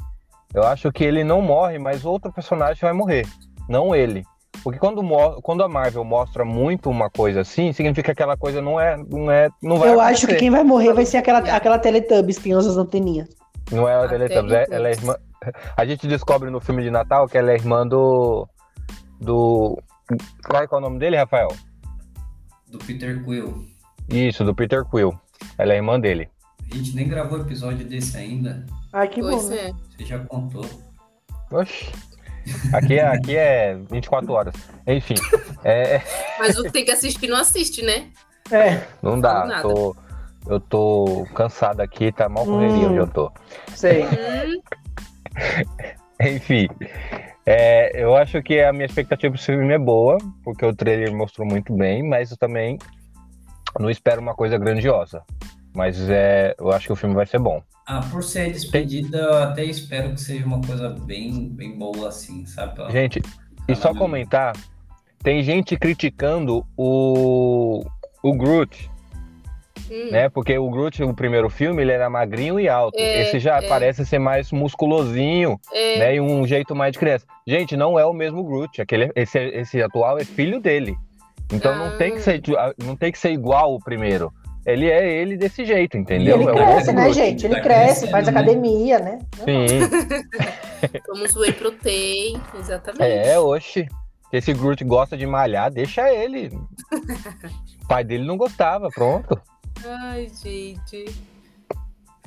D: Eu acho que ele não morre, mas outro personagem vai morrer, não ele. Porque quando, mo- quando a Marvel mostra muito uma coisa assim, significa que aquela coisa não é, não é, não vai
A: Eu acho que
D: acontecer.
A: quem vai morrer vai ser aquela, aquela Teletubbies que tem as anteninhas.
D: Não é a
C: Até
D: Teletubbies, é-
C: depois.
D: ela é irmã. A gente descobre no filme de Natal que ela é irmã do. Do. Qual é, que é o nome dele, Rafael?
B: Do Peter Quill.
D: Isso, do Peter Quill. Ela é irmã dele.
B: A gente nem gravou episódio desse ainda.
A: Ai, que bom.
C: Pois
A: né?
C: é.
B: Você já contou.
D: Oxi. Aqui é, aqui é 24 horas. Enfim, é, é,
C: Mas o que tem que assistir não assiste, né?
A: É,
D: não dá.
C: nada.
D: Tô, eu tô cansado aqui, tá mal correria
A: Hum.
D: onde eu tô.
A: sei.
D: Né?
C: Hum.
D: Enfim, é, eu acho que a minha expectativa pro filme é boa, porque o trailer mostrou muito bem, mas eu também não espero uma coisa grandiosa. Mas é, eu acho que o filme vai ser bom.
B: Ah, por ser despedida, eu até espero que seja uma coisa bem, bem boa assim, sabe? Pra-
D: Gente, e só
B: Caralho.
D: comentar, tem gente criticando o, o Groot,
C: Hum.
D: né? Porque o Groot, o primeiro filme, ele era magrinho e alto.
C: É,
D: Esse já
C: é.
D: parece ser mais musculosinho,
C: É,
D: né? E um jeito mais de criança. Gente, não é o mesmo Groot. Aquele, esse, esse atual é filho dele. Então não,
C: Ah.
D: tem que ser, não tem que ser igual o primeiro. Ele é ele desse jeito,
A: E
D: entendeu?
A: ele
D: é o
A: cresce,
D: mesmo
A: né,
D: Groot.
A: gente? Ele
B: Tá
A: cresce,
B: crescendo,
A: faz
B: né?
A: academia, né?
D: Sim.
C: Vamos whey protein, exatamente.
D: É, oxe. Esse Groot gosta de malhar, deixa ele. o pai dele não gostava, pronto.
C: Ai, gente.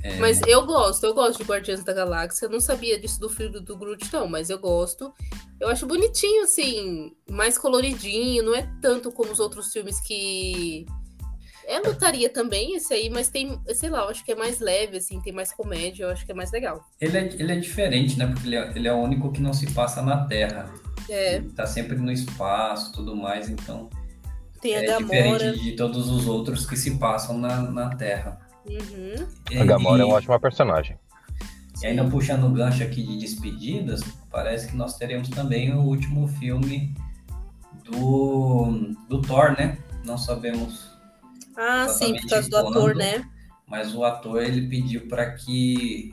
B: É,
C: Mas eu gosto, eu gosto de Guardiões da Galáxia. Eu não sabia disso do filme do Groot, não, mas eu gosto. Eu acho bonitinho, assim, mais coloridinho, não é tanto como os outros filmes que. É lutaria também esse aí, mas tem, sei lá, eu acho que é mais leve, assim, tem mais comédia, eu acho que é mais legal.
B: ele, é, ele é diferente, né? Porque ele é, ele é o único que não se passa na Terra.
C: É,
B: Tá sempre no espaço tudo mais, então
C: tem a
B: é
C: Gamora.
B: diferente de todos os outros que se passam na, na Terra.
C: Uhum.
D: A Gamora é uma
B: e,
D: ótima personagem.
B: e É, ainda puxando o gancho aqui de despedidas, parece que nós teremos também o último filme do, do Thor, né? Não sabemos,
C: Ah, sim, por
B: Exatamente
C: causa do ator,
B: quando-
C: né?
B: mas o ator ele pediu para que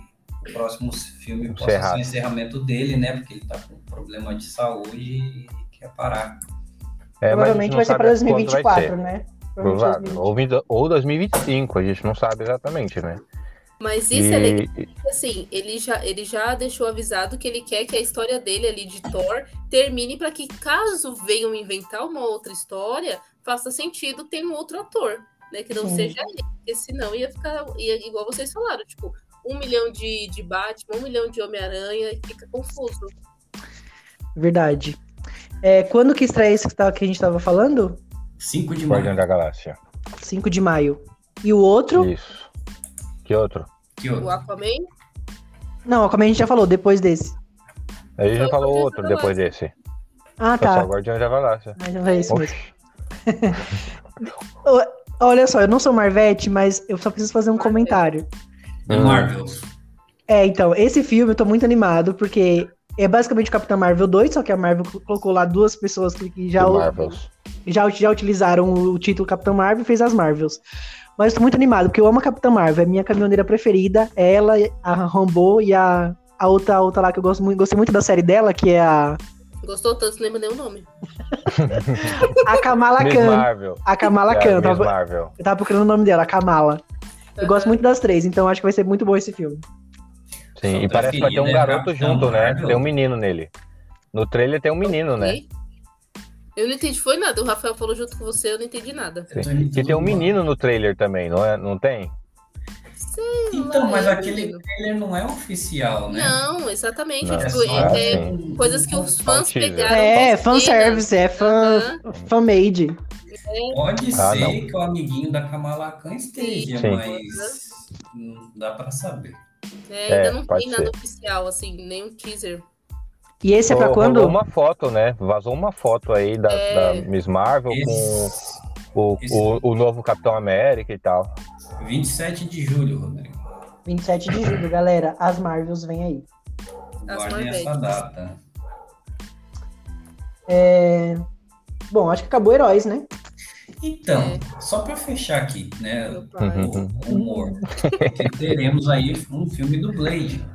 B: o próximo filme possa
D: Encerrar.
B: ser o encerramento dele, né? Porque ele tá com problema de saúde e quer parar.
D: É, mas a
A: Provavelmente
D: gente não
A: vai ser
D: sabe
A: para
D: quando vai
A: 2024,
D: ser.
A: né? Provavelmente 2024.
D: Provável. Ou, 20 ou 2025, a gente não sabe exatamente, né?
C: Mas isso
D: E,
C: é legal, porque, assim, ele já, ele já deixou avisado que ele quer que a história dele ali de Thor termine para que caso venham inventar uma outra história, faça sentido ter um outro ator, né? Que não
A: Sim.
C: seja ele, porque senão ia ficar ia, igual vocês falaram, tipo, um milhão de, de Batman, um milhão de Homem-Aranha, e fica confuso.
A: Verdade. É, quando que estreia isso que, tá- que a gente tava falando?
B: 5 de
D: Guardião
B: maio.
D: da Galáxia.
A: 5 de maio. E o outro?
D: Isso. Que outro?
B: Que
C: O
B: outro?
C: Aquaman,
A: Não, como a gente já falou, depois desse.
D: Aí
C: Foi
D: já
C: o
D: falou
C: Guardiões
D: outro
C: da
D: depois
C: Galáxia.
D: desse.
A: Ah,
D: Foi só
A: tá.
D: Guardiões da Galáxia.
A: Mas não é isso mesmo.
D: Oxi.
A: Olha só, eu não sou Marvete, mas eu só preciso fazer um
C: Marvete.
A: comentário.
B: The Marvels.
A: É, então, esse filme eu tô muito animado, porque é basicamente o Capitão Marvel 2, só que a Marvel col- colocou lá duas pessoas que que já,
D: The
A: u-
D: Marvels.
A: já, ut- já utilizaram o título Capitão Marvel e fez as Marvels. Mas eu tô muito animado, porque eu amo a Capitã Marvel, é minha caminhoneira preferida. É ela, a Rambo e a, a outra, a outra lá que eu gosto muito, gostei muito da série dela, que é a,
C: gostou tanto, não lembra nem o nome.
A: a Kamala
D: Miss
A: Khan.
D: Marvel.
A: A Kamala
D: É,
A: Khan, eu
D: Miss
A: tava,
D: Marvel.
A: eu tava procurando o nome dela, a Kamala. Eu gosto muito das três, então acho que vai ser muito bom esse filme.
D: Sim,
B: São
D: e parece que vai ter um
B: preferidas,
D: garoto
B: Capitão
D: junto, né?
B: Marvel.
D: Tem um menino nele. No trailer tem um menino, né?
C: E- Eu não entendi, foi nada. O Rafael falou junto com você, eu não entendi nada.
B: Eu tô
D: E
B: indo
D: tem um
B: tudo,
D: menino no trailer também, não é? Não tem?
C: Sei
B: Então,
C: lá,
B: mas
C: eu
B: aquele
C: não-
B: trailer não é oficial, né?
C: Não, exatamente.
D: Não,
C: é, tipo,
B: só-
C: é- é
D: assim.
B: um-
C: coisas que os fãs
D: teaser.
C: pegaram. né,
A: É,
C: das
A: fanservice, é fan,
C: cenas.
A: fan-made.
B: Pode
D: Ah,
B: ser
D: não.
B: que o amiguinho da Kamala Khan esteja,
D: Sim.
B: mas não dá pra saber.
C: Aham, é, ainda
D: É,
C: não
D: pode
C: tem nada
D: ser.
C: oficial, assim, nenhum teaser.
A: E esse é pra
D: Rolou
A: quando?
D: uma foto, né? Vazou uma foto aí da,
C: É.
D: da Miss Marvel com
B: Esse-
D: o,
B: esse-
D: o, o novo Capitão América e tal.
B: 27 de julho, Rodrigo.
A: 27 de julho, galera. As Marvels vem aí.
C: É
B: Guardem
C: Marvetes.
B: essa data.
A: Bom, acho que acabou Heróis, né?
B: Então,
C: É.
B: só pra fechar aqui, né?
C: meu pai.
D: Uhum.
B: O humor. que teremos aí um filme do Blade.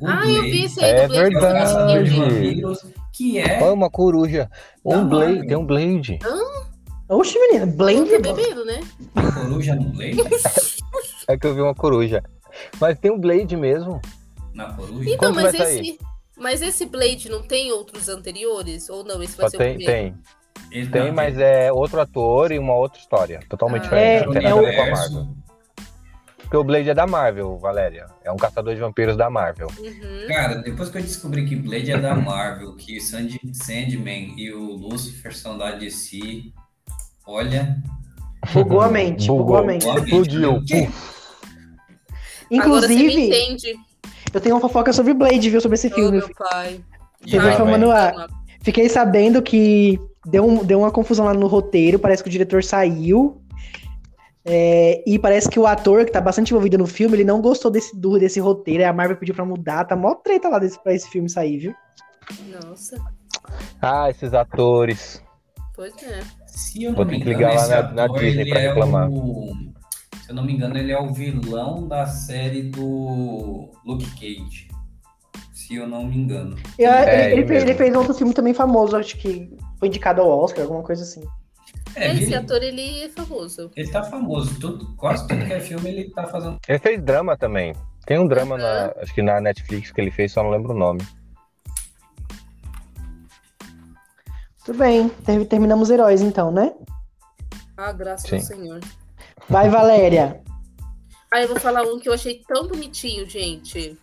B: O
C: Ah, eu vi isso aí
D: É
C: do Blade.
B: que é o caçador de
D: Verdade.
B: vampiros, que é
D: Olha uma coruja.
B: Da
D: Um Blade.
B: Marvel.
D: Tem um Blade.
A: Oxe, menino.
C: Eu
A: Blend,
C: tô bebendo, né?
B: coruja no Blade?
D: É que eu vi uma coruja. Mas tem um Blade mesmo.
B: Na coruja?
C: Então,
D: Quando
C: mas
D: vai sair?
C: esse. Mas esse Blade não tem outros anteriores? Ou não? Esse vai
D: Só
C: ser
D: tem,
C: o primeiro?
D: tem.
B: Ele
D: Tem,
B: não,
D: mas é outro ator e uma outra história. Totalmente
C: Ah.
D: diferente.
A: É,
D: não tem
A: é
D: nada
A: o-
D: a ver com a Marvel. Porque o Blade é da Marvel, Valéria. É um caçador de vampiros da Marvel.
C: Uhum.
B: Cara, depois que eu descobri que Blade é da Marvel, que Sand Sandman e o Lucifer são da DC, olha.
A: bugou a mente.
D: Bugou.
A: Bugou a mente.
D: Explodiu,
B: O quê?
C: Agora você me
A: Inclusive,
C: entende.
A: eu tenho uma fofoca sobre Blade, viu? Sobre esse
C: Oh,
A: filme.
C: meu pai.
A: Você
D: Ai,
A: vê como
D: velho.
A: no ar. Fiquei sabendo que deu, um- deu uma confusão lá no roteiro, parece que o diretor saiu. É, e parece que o ator, que tá bastante envolvido no filme, ele não gostou desse, do, desse roteiro. aí A Marvel pediu pra mudar, tá mó treta lá desse, pra esse filme sair, viu?
C: Nossa,
D: Ah, esses atores.
C: pois é.
B: Se eu não
D: Vou
B: me
D: ter que
B: engano,
D: ligar lá
B: esse
D: na-
B: ator,
D: na Disney
B: ele
D: pra
B: é
D: reclamar.
B: o- Se eu não me engano, ele é o vilão da série do Luke Cage. Se eu não me engano.
A: E, ah,
D: É,
A: ele, ele
D: ele
A: fez, ele
D: mesmo.
A: fez outro filme também famoso, acho que foi indicado ao Oscar, alguma coisa assim.
B: É,
C: Esse
B: ele,
C: ator, ele é famoso.
B: ele tá famoso. Tudo, quase tudo que é filme ele tá fazendo.
D: Ele fez drama também. Tem um drama, na, acho que na Netflix que ele fez, só não lembro o nome.
A: Tudo bem, ter- terminamos heróis então, né?
C: Ah, graças
D: Sim.
C: ao Senhor.
A: Vai, Valéria.
C: Ah, eu vou falar um que eu achei tão bonitinho, gente.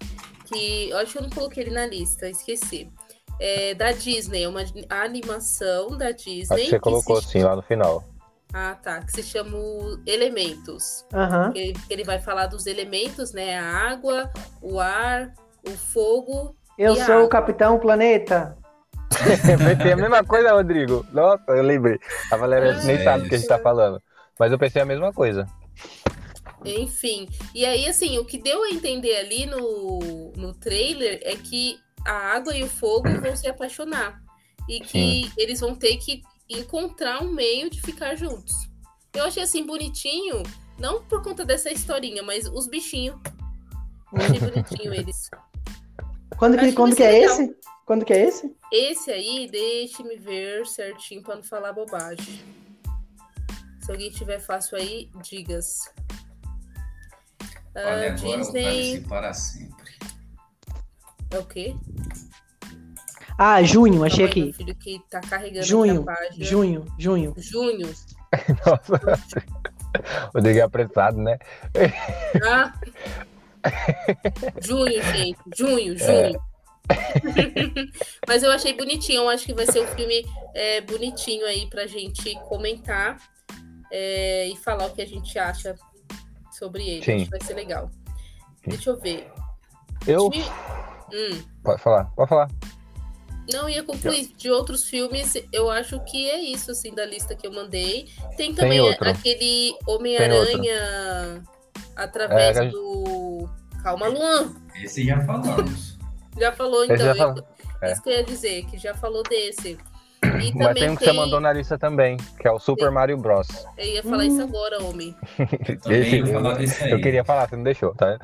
C: Que eu acho que eu não coloquei ele na lista, esqueci. É da Disney, é uma animação da Disney.
D: Acho que você colocou
C: se...
D: assim lá no final.
C: Ah, tá. Que se chama o Elementos.
A: Aham.
C: Ele, ele vai falar dos elementos, né? A água, o ar, o fogo.
A: Eu
C: E a
A: sou o
C: água?
A: Capitão Planeta.
D: pensei a mesma coisa, Rodrigo. Nossa, eu lembrei. A Valéria
C: Ah,
D: nem
B: é
D: sabe o que a gente tá falando. Mas eu pensei a mesma coisa.
C: Enfim, e aí, assim, o que deu a entender ali no, no trailer é que a água e o fogo vão se apaixonar. E que eles vão ter que encontrar um meio de ficar juntos. Eu achei, assim, bonitinho, não por conta dessa historinha, mas os bichinhos. Eu Achei bonitinho eles.
A: Quando que,
C: Acho que
A: quando
C: vai
A: que
C: ser
A: é
C: legal.
A: esse? Quando que é esse?
C: Esse aí, deixe-me ver certinho pra não falar bobagem. Se alguém tiver fácil aí, digas.
B: Olha,
C: Ah,
B: agora eu
C: Disney.
B: pareci para sempre.
C: É o quê?
A: Ah,
D: Tá
A: junho, achei
C: Calma aí,
D: então,
A: aqui.
C: meu filho que tá carregando
A: Junho,
C: aqui a
D: é
C: página.
A: junho, junho.
C: Junho.
D: Nossa, o Diego é apressado, né?
C: Ah. junho, gente. Junho,
D: É.
C: junho. Mas eu achei bonitinho. Eu acho que vai ser um filme é, bonitinho aí pra gente comentar é, e falar o que a gente acha sobre ele.
D: Sim.
C: Acho que vai ser legal. Deixa eu ver.
D: Eu.
C: De- Hum.
D: Pode falar, pode falar.
C: Não ia
D: Então
C: concluir. De outros filmes, eu acho que é isso, assim, da lista que eu mandei. Tem também a-
D: outro.
C: aquele Homem-Aranha através
D: É, a gente-
C: do. Calma, Luan.
B: Esse já falamos.
C: Já falou,
D: Esse
C: então.
D: já falou.
C: eu-
D: É.
C: Isso que eu ia dizer, que já falou desse. E
D: Mas
C: também
D: tem um que você mandou na lista também, que é o Super Mario Bros.
C: Eu ia falar isso agora, homem.
B: Eu também ia
D: Esse-
B: falar desse aí.
D: Eu queria falar, você não deixou, tá?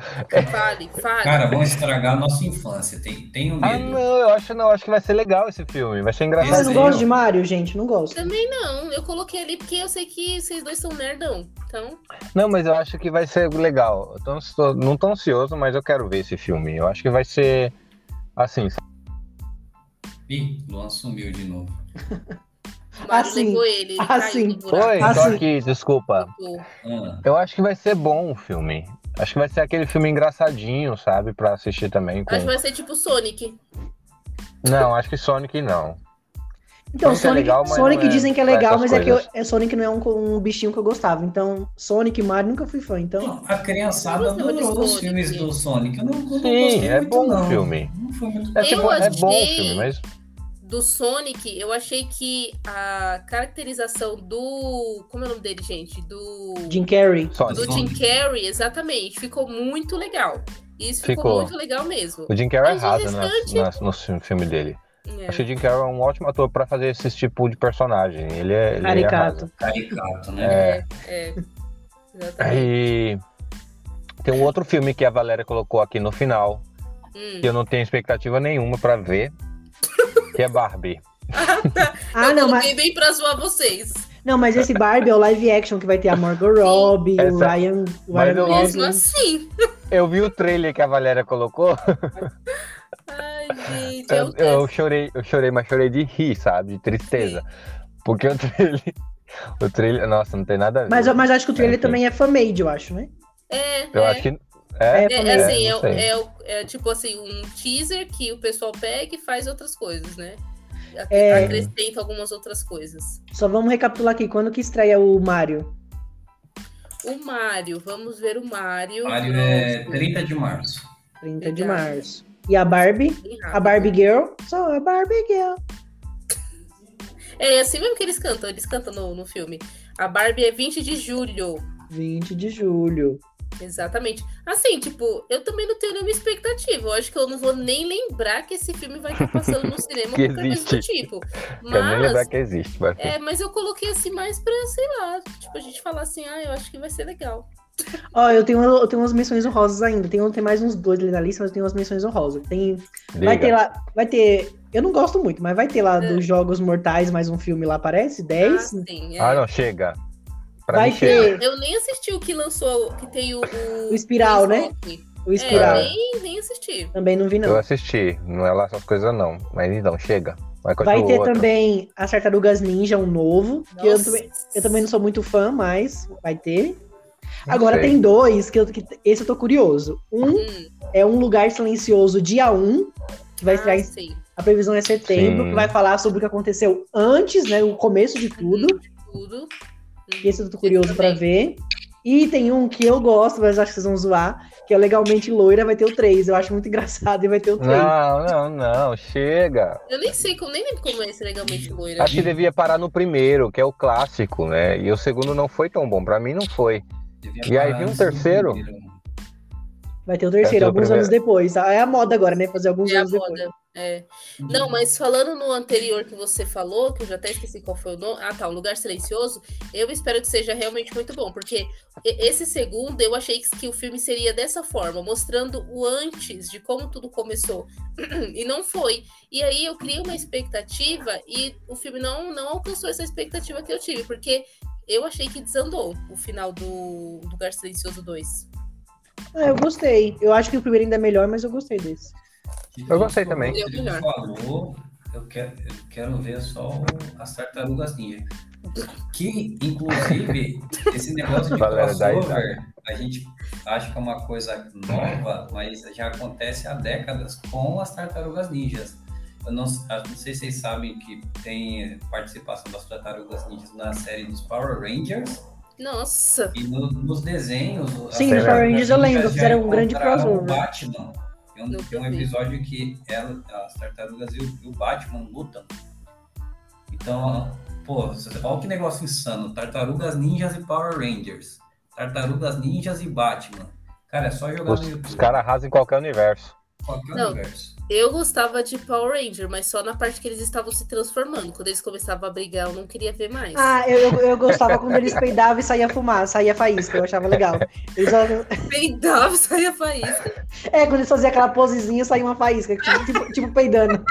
C: Fale, fale.
B: Cara, vão estragar a nossa infância. Tem, tenho
D: Ah,
B: medo.
D: não, eu acho, não, eu acho que vai ser legal esse filme, vai ser
A: Ah, eu
D: engraçado.
A: não
B: Esse-
A: gosto de Mario, gente, não gosto.
C: Também não, eu coloquei ali porque eu sei que vocês dois são nerdão. Então,
D: Não, mas eu acho que vai ser legal. Eu tô ansioso- não tô ansioso, mas eu quero ver esse filme. Eu acho que vai ser assim,
B: Ih, Luan sumiu de novo.
C: o Mário
A: Assim,
C: levou ele, ele
A: assim.
C: caiu no buraco. Tipo,
D: Oi,
A: Ah,
D: tô
A: sim.
D: aqui, desculpa.
C: Ficou.
B: Ah,
D: Eu acho que vai ser bom o filme. Acho que vai ser aquele filme engraçadinho, sabe? Pra assistir também. com-
C: Acho que vai ser tipo Sonic.
D: Não, acho que Sonic não.
A: Então,
D: Sonic é
A: Sonic,
D: legal, mas
A: Sonic
D: não é
A: dizem que é
D: pra
A: legal,
D: essas
A: mas é que eu-
D: coisas.
A: é Sonic não é um, um bichinho que eu gostava. Então, Sonic e Mario nunca fui fã. Então,
B: não, a criançada
C: Eu gostava de
B: adorou os
C: Sonic.
B: filmes do Sonic. Eu não, eu não
D: Sim,
B: gostei
D: é
B: muito,
D: bom
B: não.
D: o filme.
B: Não foi muito
D: É,
C: Eu
D: tipo, é bom o
C: achei-
D: filme, mas
C: do Sonic, eu achei que a caracterização do. Como é o nome dele, gente? Do.
A: Jim Carrey.
D: Sonic.
C: Do Jim Carrey, exatamente. Ficou muito legal. Isso ficou,
D: Ficou.
C: muito legal mesmo.
D: O Jim Carrey é
C: Mas o
D: errado
C: restante-
D: nas- nas- no filme dele.
C: É.
D: Acho que o Jim Carrey é um ótimo ator pra fazer esse tipo de personagem. Ele é. Ele
A: Caricato.
B: caricato, né?
D: É,
C: É,
D: errado.
C: exatamente.
D: e tem um outro filme que a Valéria colocou aqui no final,
C: Hum.
D: que eu não tenho expectativa nenhuma pra ver, que é Barbie.
A: Ah, não,
C: tá. eu
A: mas,
C: coloquei bem pra zoar vocês.
A: não, mas esse Barbie é o live action que vai ter a Margot Robbie, o
D: Essa-
A: Ryan, o
D: Mas
A: Ryan
D: eu gosto-
C: Mesmo
A: Gosling.
C: assim.
D: Eu vi o trailer que a Valéria colocou,
C: Ai, gente.
D: eu,
C: Eu,
D: eu chorei, eu chorei, mas chorei de rir, sabe? De tristeza. Porque o trailer. O trailer. Nossa, não tem nada a ver.
A: Mas, mas acho que o trailer
D: Enfim.
A: também é fan-made, eu acho, né?
C: É,
D: Eu
C: é.
D: acho que. É,
A: É,
C: É, é assim,
D: É,
C: é,
D: não sei.
C: é o- é tipo assim, um teaser que o pessoal pega e faz outras coisas, né?
A: É.
C: Acrescenta algumas outras coisas.
A: Só vamos recapitular aqui. Quando que estreia o Mario?
C: O Mário, vamos ver o Mário.
B: Mário é
C: Nossa,
B: 30 de março.
A: 30 de
C: Verdade.
A: março. E a Barbie?
C: bem
A: A
C: rápido.
A: Barbie Girl? Só a Barbie Girl.
C: É assim mesmo que eles cantam, eles cantam no, no filme. A Barbie é 20 de julho.
A: 20 de julho.
C: Exatamente. Assim, tipo, eu também não tenho nenhuma expectativa. Eu acho que eu não vou nem lembrar que esse filme vai estar passando no cinema
D: Que
C: ou qualquer coisa do
D: existe.
C: tipo.
D: Quero nem lembrar
C: Mas,
D: é que existe, mas.
C: é, mas eu coloquei assim mais pra, sei lá, tipo, a gente falar assim, ah, eu acho que vai ser legal.
A: Ó, eu tenho, eu tenho umas menções honrosas ainda. Tem, tem mais uns dois ali na lista, mas eu tenho umas menções honrosas. Tem, vai
D: Diga.
A: ter lá, vai ter. Eu não gosto muito, mas vai ter lá dos Jogos Mortais mais um filme lá, aparece? 10?
C: É. Ah, sim, é.
D: Ah, não, chega. Pra
A: Vai
D: mim, chega.
A: ter
C: Eu nem assisti o que lançou, que tem o. O,
A: O Espiral, né? o Espiral.
C: Espiral. É, nem, nem assisti.
A: Também não vi, não.
D: Eu assisti, não é lá essas coisas não. Mas então, chega. Vai,
A: Vai
D: continua
A: ter
D: outro.
A: também as Tartarugas Ninja, um novo. Que eu,
C: Nossa.
A: também, eu também não sou muito fã, mas vai ter.
D: Não
A: Agora
D: sei.
A: tem dois, que, eu, que esse eu tô curioso. Um
C: Hum,
A: é Um Lugar Silencioso, dia 1, que vai
C: ah,
A: estrear, em-
C: sim.
A: a previsão é setembro,
D: Sim.
A: que vai falar sobre o que aconteceu antes, né, o começo de tudo.
C: Uhum. Tudo. Hum,
A: E esse eu tô curioso pra ver.
C: também.
A: E tem um que eu gosto, mas acho que vocês vão zoar, que é Legalmente Loira, vai ter o 3. Eu acho muito engraçado e vai ter o 3.
D: Não, não, não, chega.
C: Eu nem sei, como, nem lembro como é esse legalmente loira.
D: Acho que devia parar no primeiro, que é o clássico, né? E o segundo não foi tão bom. Pra mim não foi.
B: Devia
D: E aí
B: parar
D: vem um
B: no
D: terceiro?
B: primeiro.
A: Vai ter o terceiro,
D: Essa é a
A: alguns
D: primeira.
A: anos depois. tá? É a moda agora, né? Fazer alguns
C: É a
A: anos depois. Uhum.
C: moda. É. Não, mas falando no anterior que você falou, que eu já até esqueci qual foi o nome. Ah, tá, o Lugar Silencioso. Eu espero que seja realmente muito bom, porque e- esse segundo eu achei que- que o filme seria dessa forma, mostrando o antes de como tudo começou. E não foi. E aí eu criei uma expectativa e o filme não, não alcançou essa expectativa que eu tive, porque eu achei que desandou o final do Lugar Silencioso 2.
A: Ah, eu gostei. Eu acho que o primeiro ainda é melhor, mas eu gostei desse.
D: Eu gostei também.
B: Ele falou, eu quero, eu quero ver só o- as tartarugas ninja. Que, inclusive, esse negócio de
D: Galera, dá
B: crossover, a gente acha que é uma coisa nova, mas já acontece há décadas com as tartarugas ninjas. Eu não, eu não sei se vocês sabem que tem participação das tartarugas ninjas na série dos Power Rangers
C: Nossa,
B: e no- nos desenhos. as
A: Sim,
D: nos
A: Power
B: tartarugas
A: Rangers eu
B: ninjas
A: lembro,
B: já
A: fizeram um grande
B: encontraram o
A: crossover.
B: Batman. Tem um,
C: Não
B: tem um
C: vi.
B: episódio que ela- as tartarugas e o, e o Batman lutam. Então, pô, olha que negócio insano. Tartarugas Ninjas e Power Rangers. Tartarugas Ninjas e Batman. Cara, é só jogar
D: Os,
B: no
D: os
B: YouTube.
D: caras arrasam em qualquer universo.
B: Qualquer
C: Não.
B: universo.
C: eu gostava de Power Ranger, mas só na parte que eles estavam se transformando. Quando eles começavam a brigar, eu não queria ver mais.
A: Ah, eu, eu, eu gostava quando eles peidavam e saía fumaça, saía faísca, eu achava legal. Eles faziam-
C: Peidava e saía faísca.
A: É, quando eles faziam aquela posezinha, saía uma faísca, tipo, tipo, tipo peidando.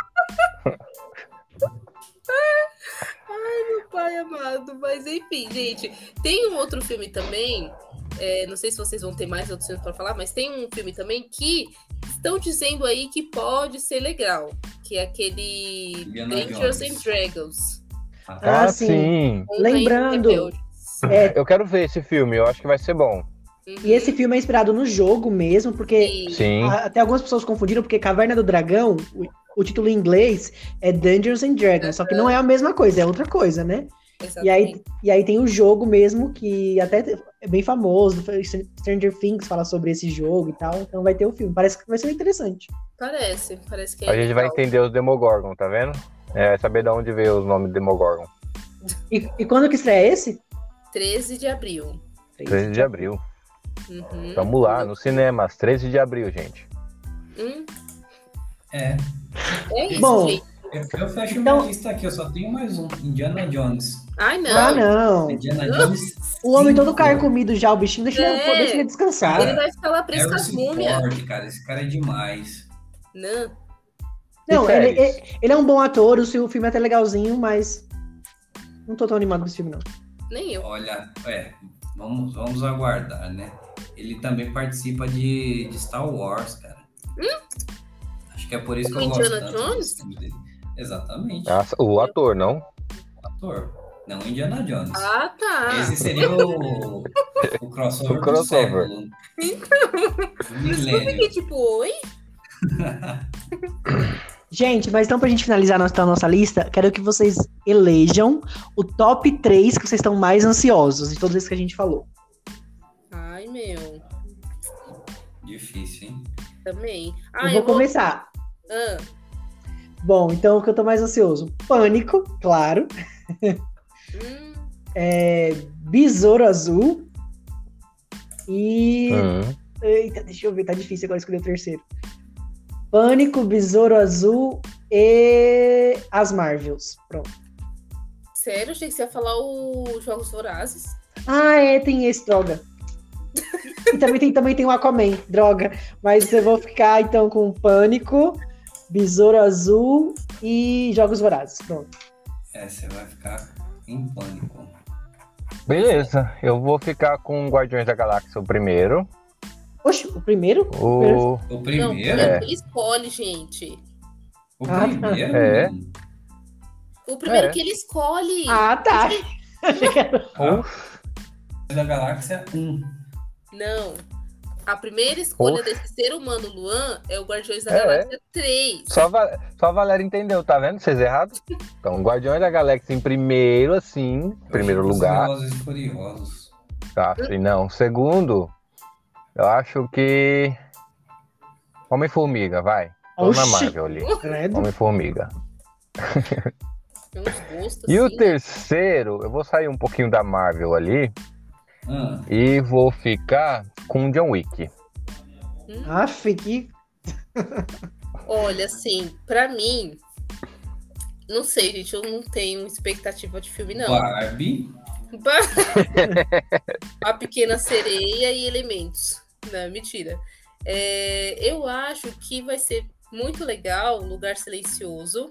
C: Pai amado, mas enfim, gente. Tem um outro filme também. é, não sei se vocês vão ter mais outros filmes para falar, mas tem um filme também que estão dizendo aí que pode ser legal. Que é aquele
B: Indiana
C: Dangerous
B: Jones.
C: and Dragons.
A: Ah,
D: Ah,
A: sim.
D: sim.
A: Lembrando.
C: Rebeldes.
A: É,
D: Eu quero ver esse filme, eu acho que vai ser bom.
C: Uhum.
A: e esse filme é inspirado no jogo mesmo, porque
C: E-
D: Sim.
A: a- Ah, até algumas pessoas confundiram, porque Caverna do Dragão, o, o título em inglês é Dungeons and Dragons, só que não é a mesma coisa, é outra coisa, né? E aí,
C: exatamente.
A: e aí tem o jogo mesmo, que até é bem famoso. Stranger Things fala sobre esse jogo e tal. Então vai ter o filme. Parece que vai ser interessante.
C: Parece, parece que é.
D: A gente vai
C: legal.
D: entender os Demogorgon, tá vendo? É, vai saber de onde veio os nomes Demogorgon.
A: E, e quando que estreia esse?
C: 13 de abril.
D: 13 de abril.
C: Uhum.
D: Tamo lá, no cinema, às 13 de abril, gente.
C: Hum,
B: É.
C: é isso,
A: Bom.
C: gente.
B: Eu, eu fecho
A: Então-
B: minha lista aqui, eu só tenho mais um. Indiana Jones.
C: Ai, não.
A: Ah, não.
B: Indiana Jones. é
A: O homem todo
B: cinco.
A: carcomido já, o bichinho, deixa, ele-
C: É.
A: pô, deixa ele
C: Ele
A: descansar.
C: vai ficar lá preso com as
B: Harrison
C: múmias.
B: Ford, cara, esse cara é demais.
C: Não.
A: Não,
D: E
A: ele,
D: séries?
A: ele- ele é um bom ator, o seu- o filme é até legalzinho, mas. Não tô tão animado com esse filme, não.
C: Nem eu.
B: Olha, é, vamos, vamos aguardar, né? Ele também participa de, de Star Wars, cara. Acho que é por isso que eu gosto
C: Hum? Indiana
B: tanto
C: Jones?
B: desse filme dele. Exatamente,
D: Ah, O ator, não?
B: o ator. Não o Indiana Jones.
C: Ah, tá.
B: Esse seria o, o crossover
D: O
B: do
D: crossover.
B: século. né?
C: Então.
B: Do
C: Mas eu
B: milênio.
C: fiquei tipo, oi?
A: Gente, mas então pra gente finalizar nossa, então, nossa lista, quero que vocês elejam o top 3 que vocês estão mais ansiosos de todos esses que a gente falou.
C: Ai, meu.
B: Difícil, hein?
C: Também.
A: eu
C: Ah,
A: vou começar.
C: Ah,
A: Bom, então o que eu tô mais ansioso? Pânico, claro.
C: hum,
A: É, Besouro Azul. E.
D: Uhum.
A: Eita, deixa eu ver, tá difícil agora escolher o terceiro. Pânico, Besouro Azul e. As Marvels. Pronto.
C: sério, achei que você ia falar os Jogos Vorazes.
A: Ah, é, tem esse, droga. E também tem, também tem o Aquaman, droga. Mas eu vou ficar então com Pânico, Besouro Azul e Jogos Vorazes. Pronto.
B: É, você vai ficar em pânico.
D: Beleza, eu vou ficar com Guardiões da Galáxia o primeiro.
A: Oxe, o primeiro?
D: O.
B: O
C: Não,
B: primeiro?
D: É.
C: ele escolhe, gente.
B: O
A: Ah, tá.
B: primeiro?
D: É.
B: menino?
C: O primeiro
D: É.
C: que ele escolhe.
A: Ah, tá.
B: Ah, da Galáxia 1.
C: Não. A primeira escolha
D: Oxe.
C: desse ser humano, Luan, é o Guardiões da
D: É, é.
C: Galáxia 3.
D: Só, va- só a Valéria entendeu, tá vendo? Vocês errados? Então, Guardiões da Galáxia em primeiro, assim. Primeiro lugar.
B: Velozes e Furiosos.
D: Tá, assim, não. Segundo, eu acho que. Homem-Formiga, vai. Tô na
A: Oxi.
D: Marvel ali.
A: Credo.
D: Homem-Formiga.
C: Tem uns gostos,
D: E o
C: É um assim.
D: terceiro, eu vou sair um pouquinho da Marvel ali
B: Ah,
D: e vou ficar com o John Wick.
A: Aff, que.
C: Olha, assim, pra mim... Não sei, gente, eu não tenho expectativa de filme, não.
B: Barbie.
C: Ba- A Pequena Sereia e Elementos. Não, mentira. É, eu acho que vai ser muito legal o Lugar Silencioso,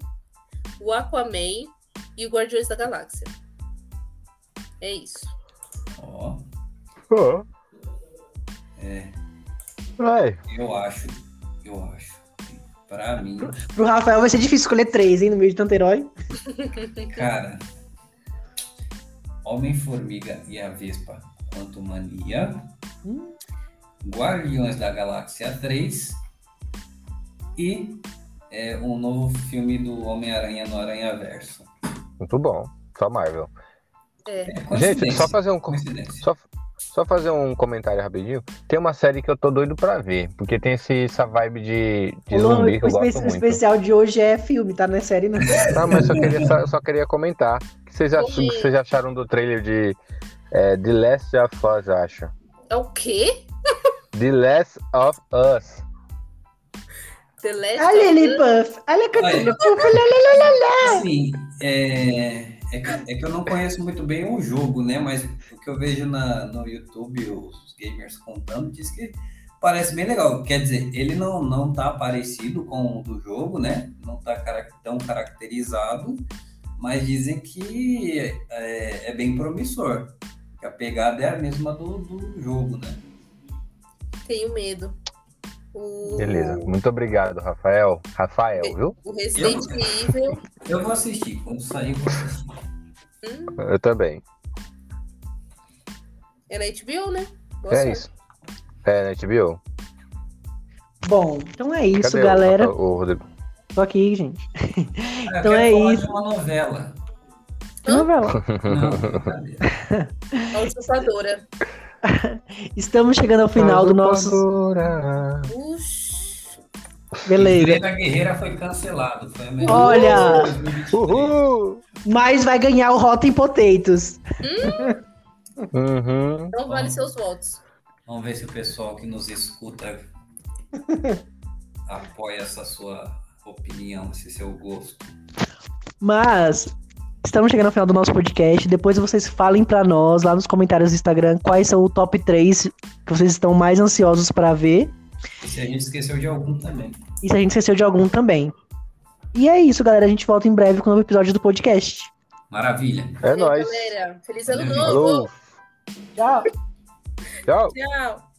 C: o Aquaman e o Guardiões da Galáxia. É isso.
B: Ó,
D: Pô, Vai.
B: Eu acho, eu acho. Pra mim,
A: Pro Rafael vai ser difícil escolher três, hein, no meio de tanto herói.
B: cara, Homem-Formiga e a Vespa, quanto mania.
A: Hum.
B: Guardiões da Galáxia 3 e é, um novo filme do Homem-Aranha no Aranha Verso.
D: Muito bom. Só Marvel.
C: É.
B: É
D: Gente,
B: coincidência.
D: só fazer um. com-
B: Coincidência.
D: Só, só fazer um comentário rapidinho. Tem uma série que eu tô doido pra ver, porque tem esse, essa vibe de, de
A: O
D: zumbi
A: nome-
D: que
A: o
D: eu gosto
A: espe- o
D: muito.
A: especial de hoje é filme, tá? Não é série, não.
D: Não, mas só queria, só, só queria comentar. O que vocês, ach-
C: Oi.
D: que vocês acharam do trailer de é, The Last of Us, eu acho?
C: É o quê?
D: The Last of Us.
C: The Last
A: Olha
C: of
A: ele,
C: Us?
A: Puff. Olha a cantilha,
B: Olha.
A: Puff. Olha, olha,
B: Assim, é, é, que, é que eu não conheço muito bem o jogo, né? Mas o que eu vejo na, no YouTube, os gamers contando, diz que parece bem legal. Quer dizer, ele não, não tá parecido com o do jogo, né? Não tá cara- tão caracterizado, mas dizem que é, é bem promissor. Que a pegada é a mesma do, do jogo, né?
C: Tenho medo. O...
D: Beleza. Muito obrigado, Rafael. Rafael, viu?
C: O Resident Evil.
B: Eu vou assistir, quando sair eu vou assistir. Ah,
D: Eu também.
C: Era HBO, né? Boa
D: É
C: sorte.
D: isso. É, na HBO?
A: Bom, então é isso,
D: Cadê o-
A: galera.
D: O, Rodrigo?
A: Tô aqui, gente.
B: Ah, eu
A: Então
B: quero
A: é
B: falar
A: isso.
B: de uma novela.
C: Hã?
A: Novela.
B: Não, brincadeira.
C: A usurpadora.
A: Estamos chegando
D: Tá
A: ao final do nosso.
D: Rapadura.
C: Ux.
A: Beleza.
B: Estrela Guerreira foi cancelado. Foi a melhor
A: é Olha!
B: de 2023.
D: Uhul!
A: Mas vai ganhar o Rotten Potatoes.
D: Uhum.
C: Não vale seus votos.
B: Vamos ver se o pessoal que nos escuta apoia essa sua opinião, esse seu gosto.
A: Mas estamos chegando ao final do nosso podcast. Depois vocês falem pra nós lá nos comentários do Instagram quais são o top 3 que vocês estão mais ansiosos pra ver
B: E se a gente esqueceu de algum também.
A: e se a gente esqueceu de algum também. E é isso, galera. A gente volta em breve com um novo episódio do podcast.
B: Maravilha.
D: É
C: Valeu,
D: nóis.
C: Galera, feliz ano novo.
D: Falou.
A: Tchau.
D: Tchau.
C: Tchau.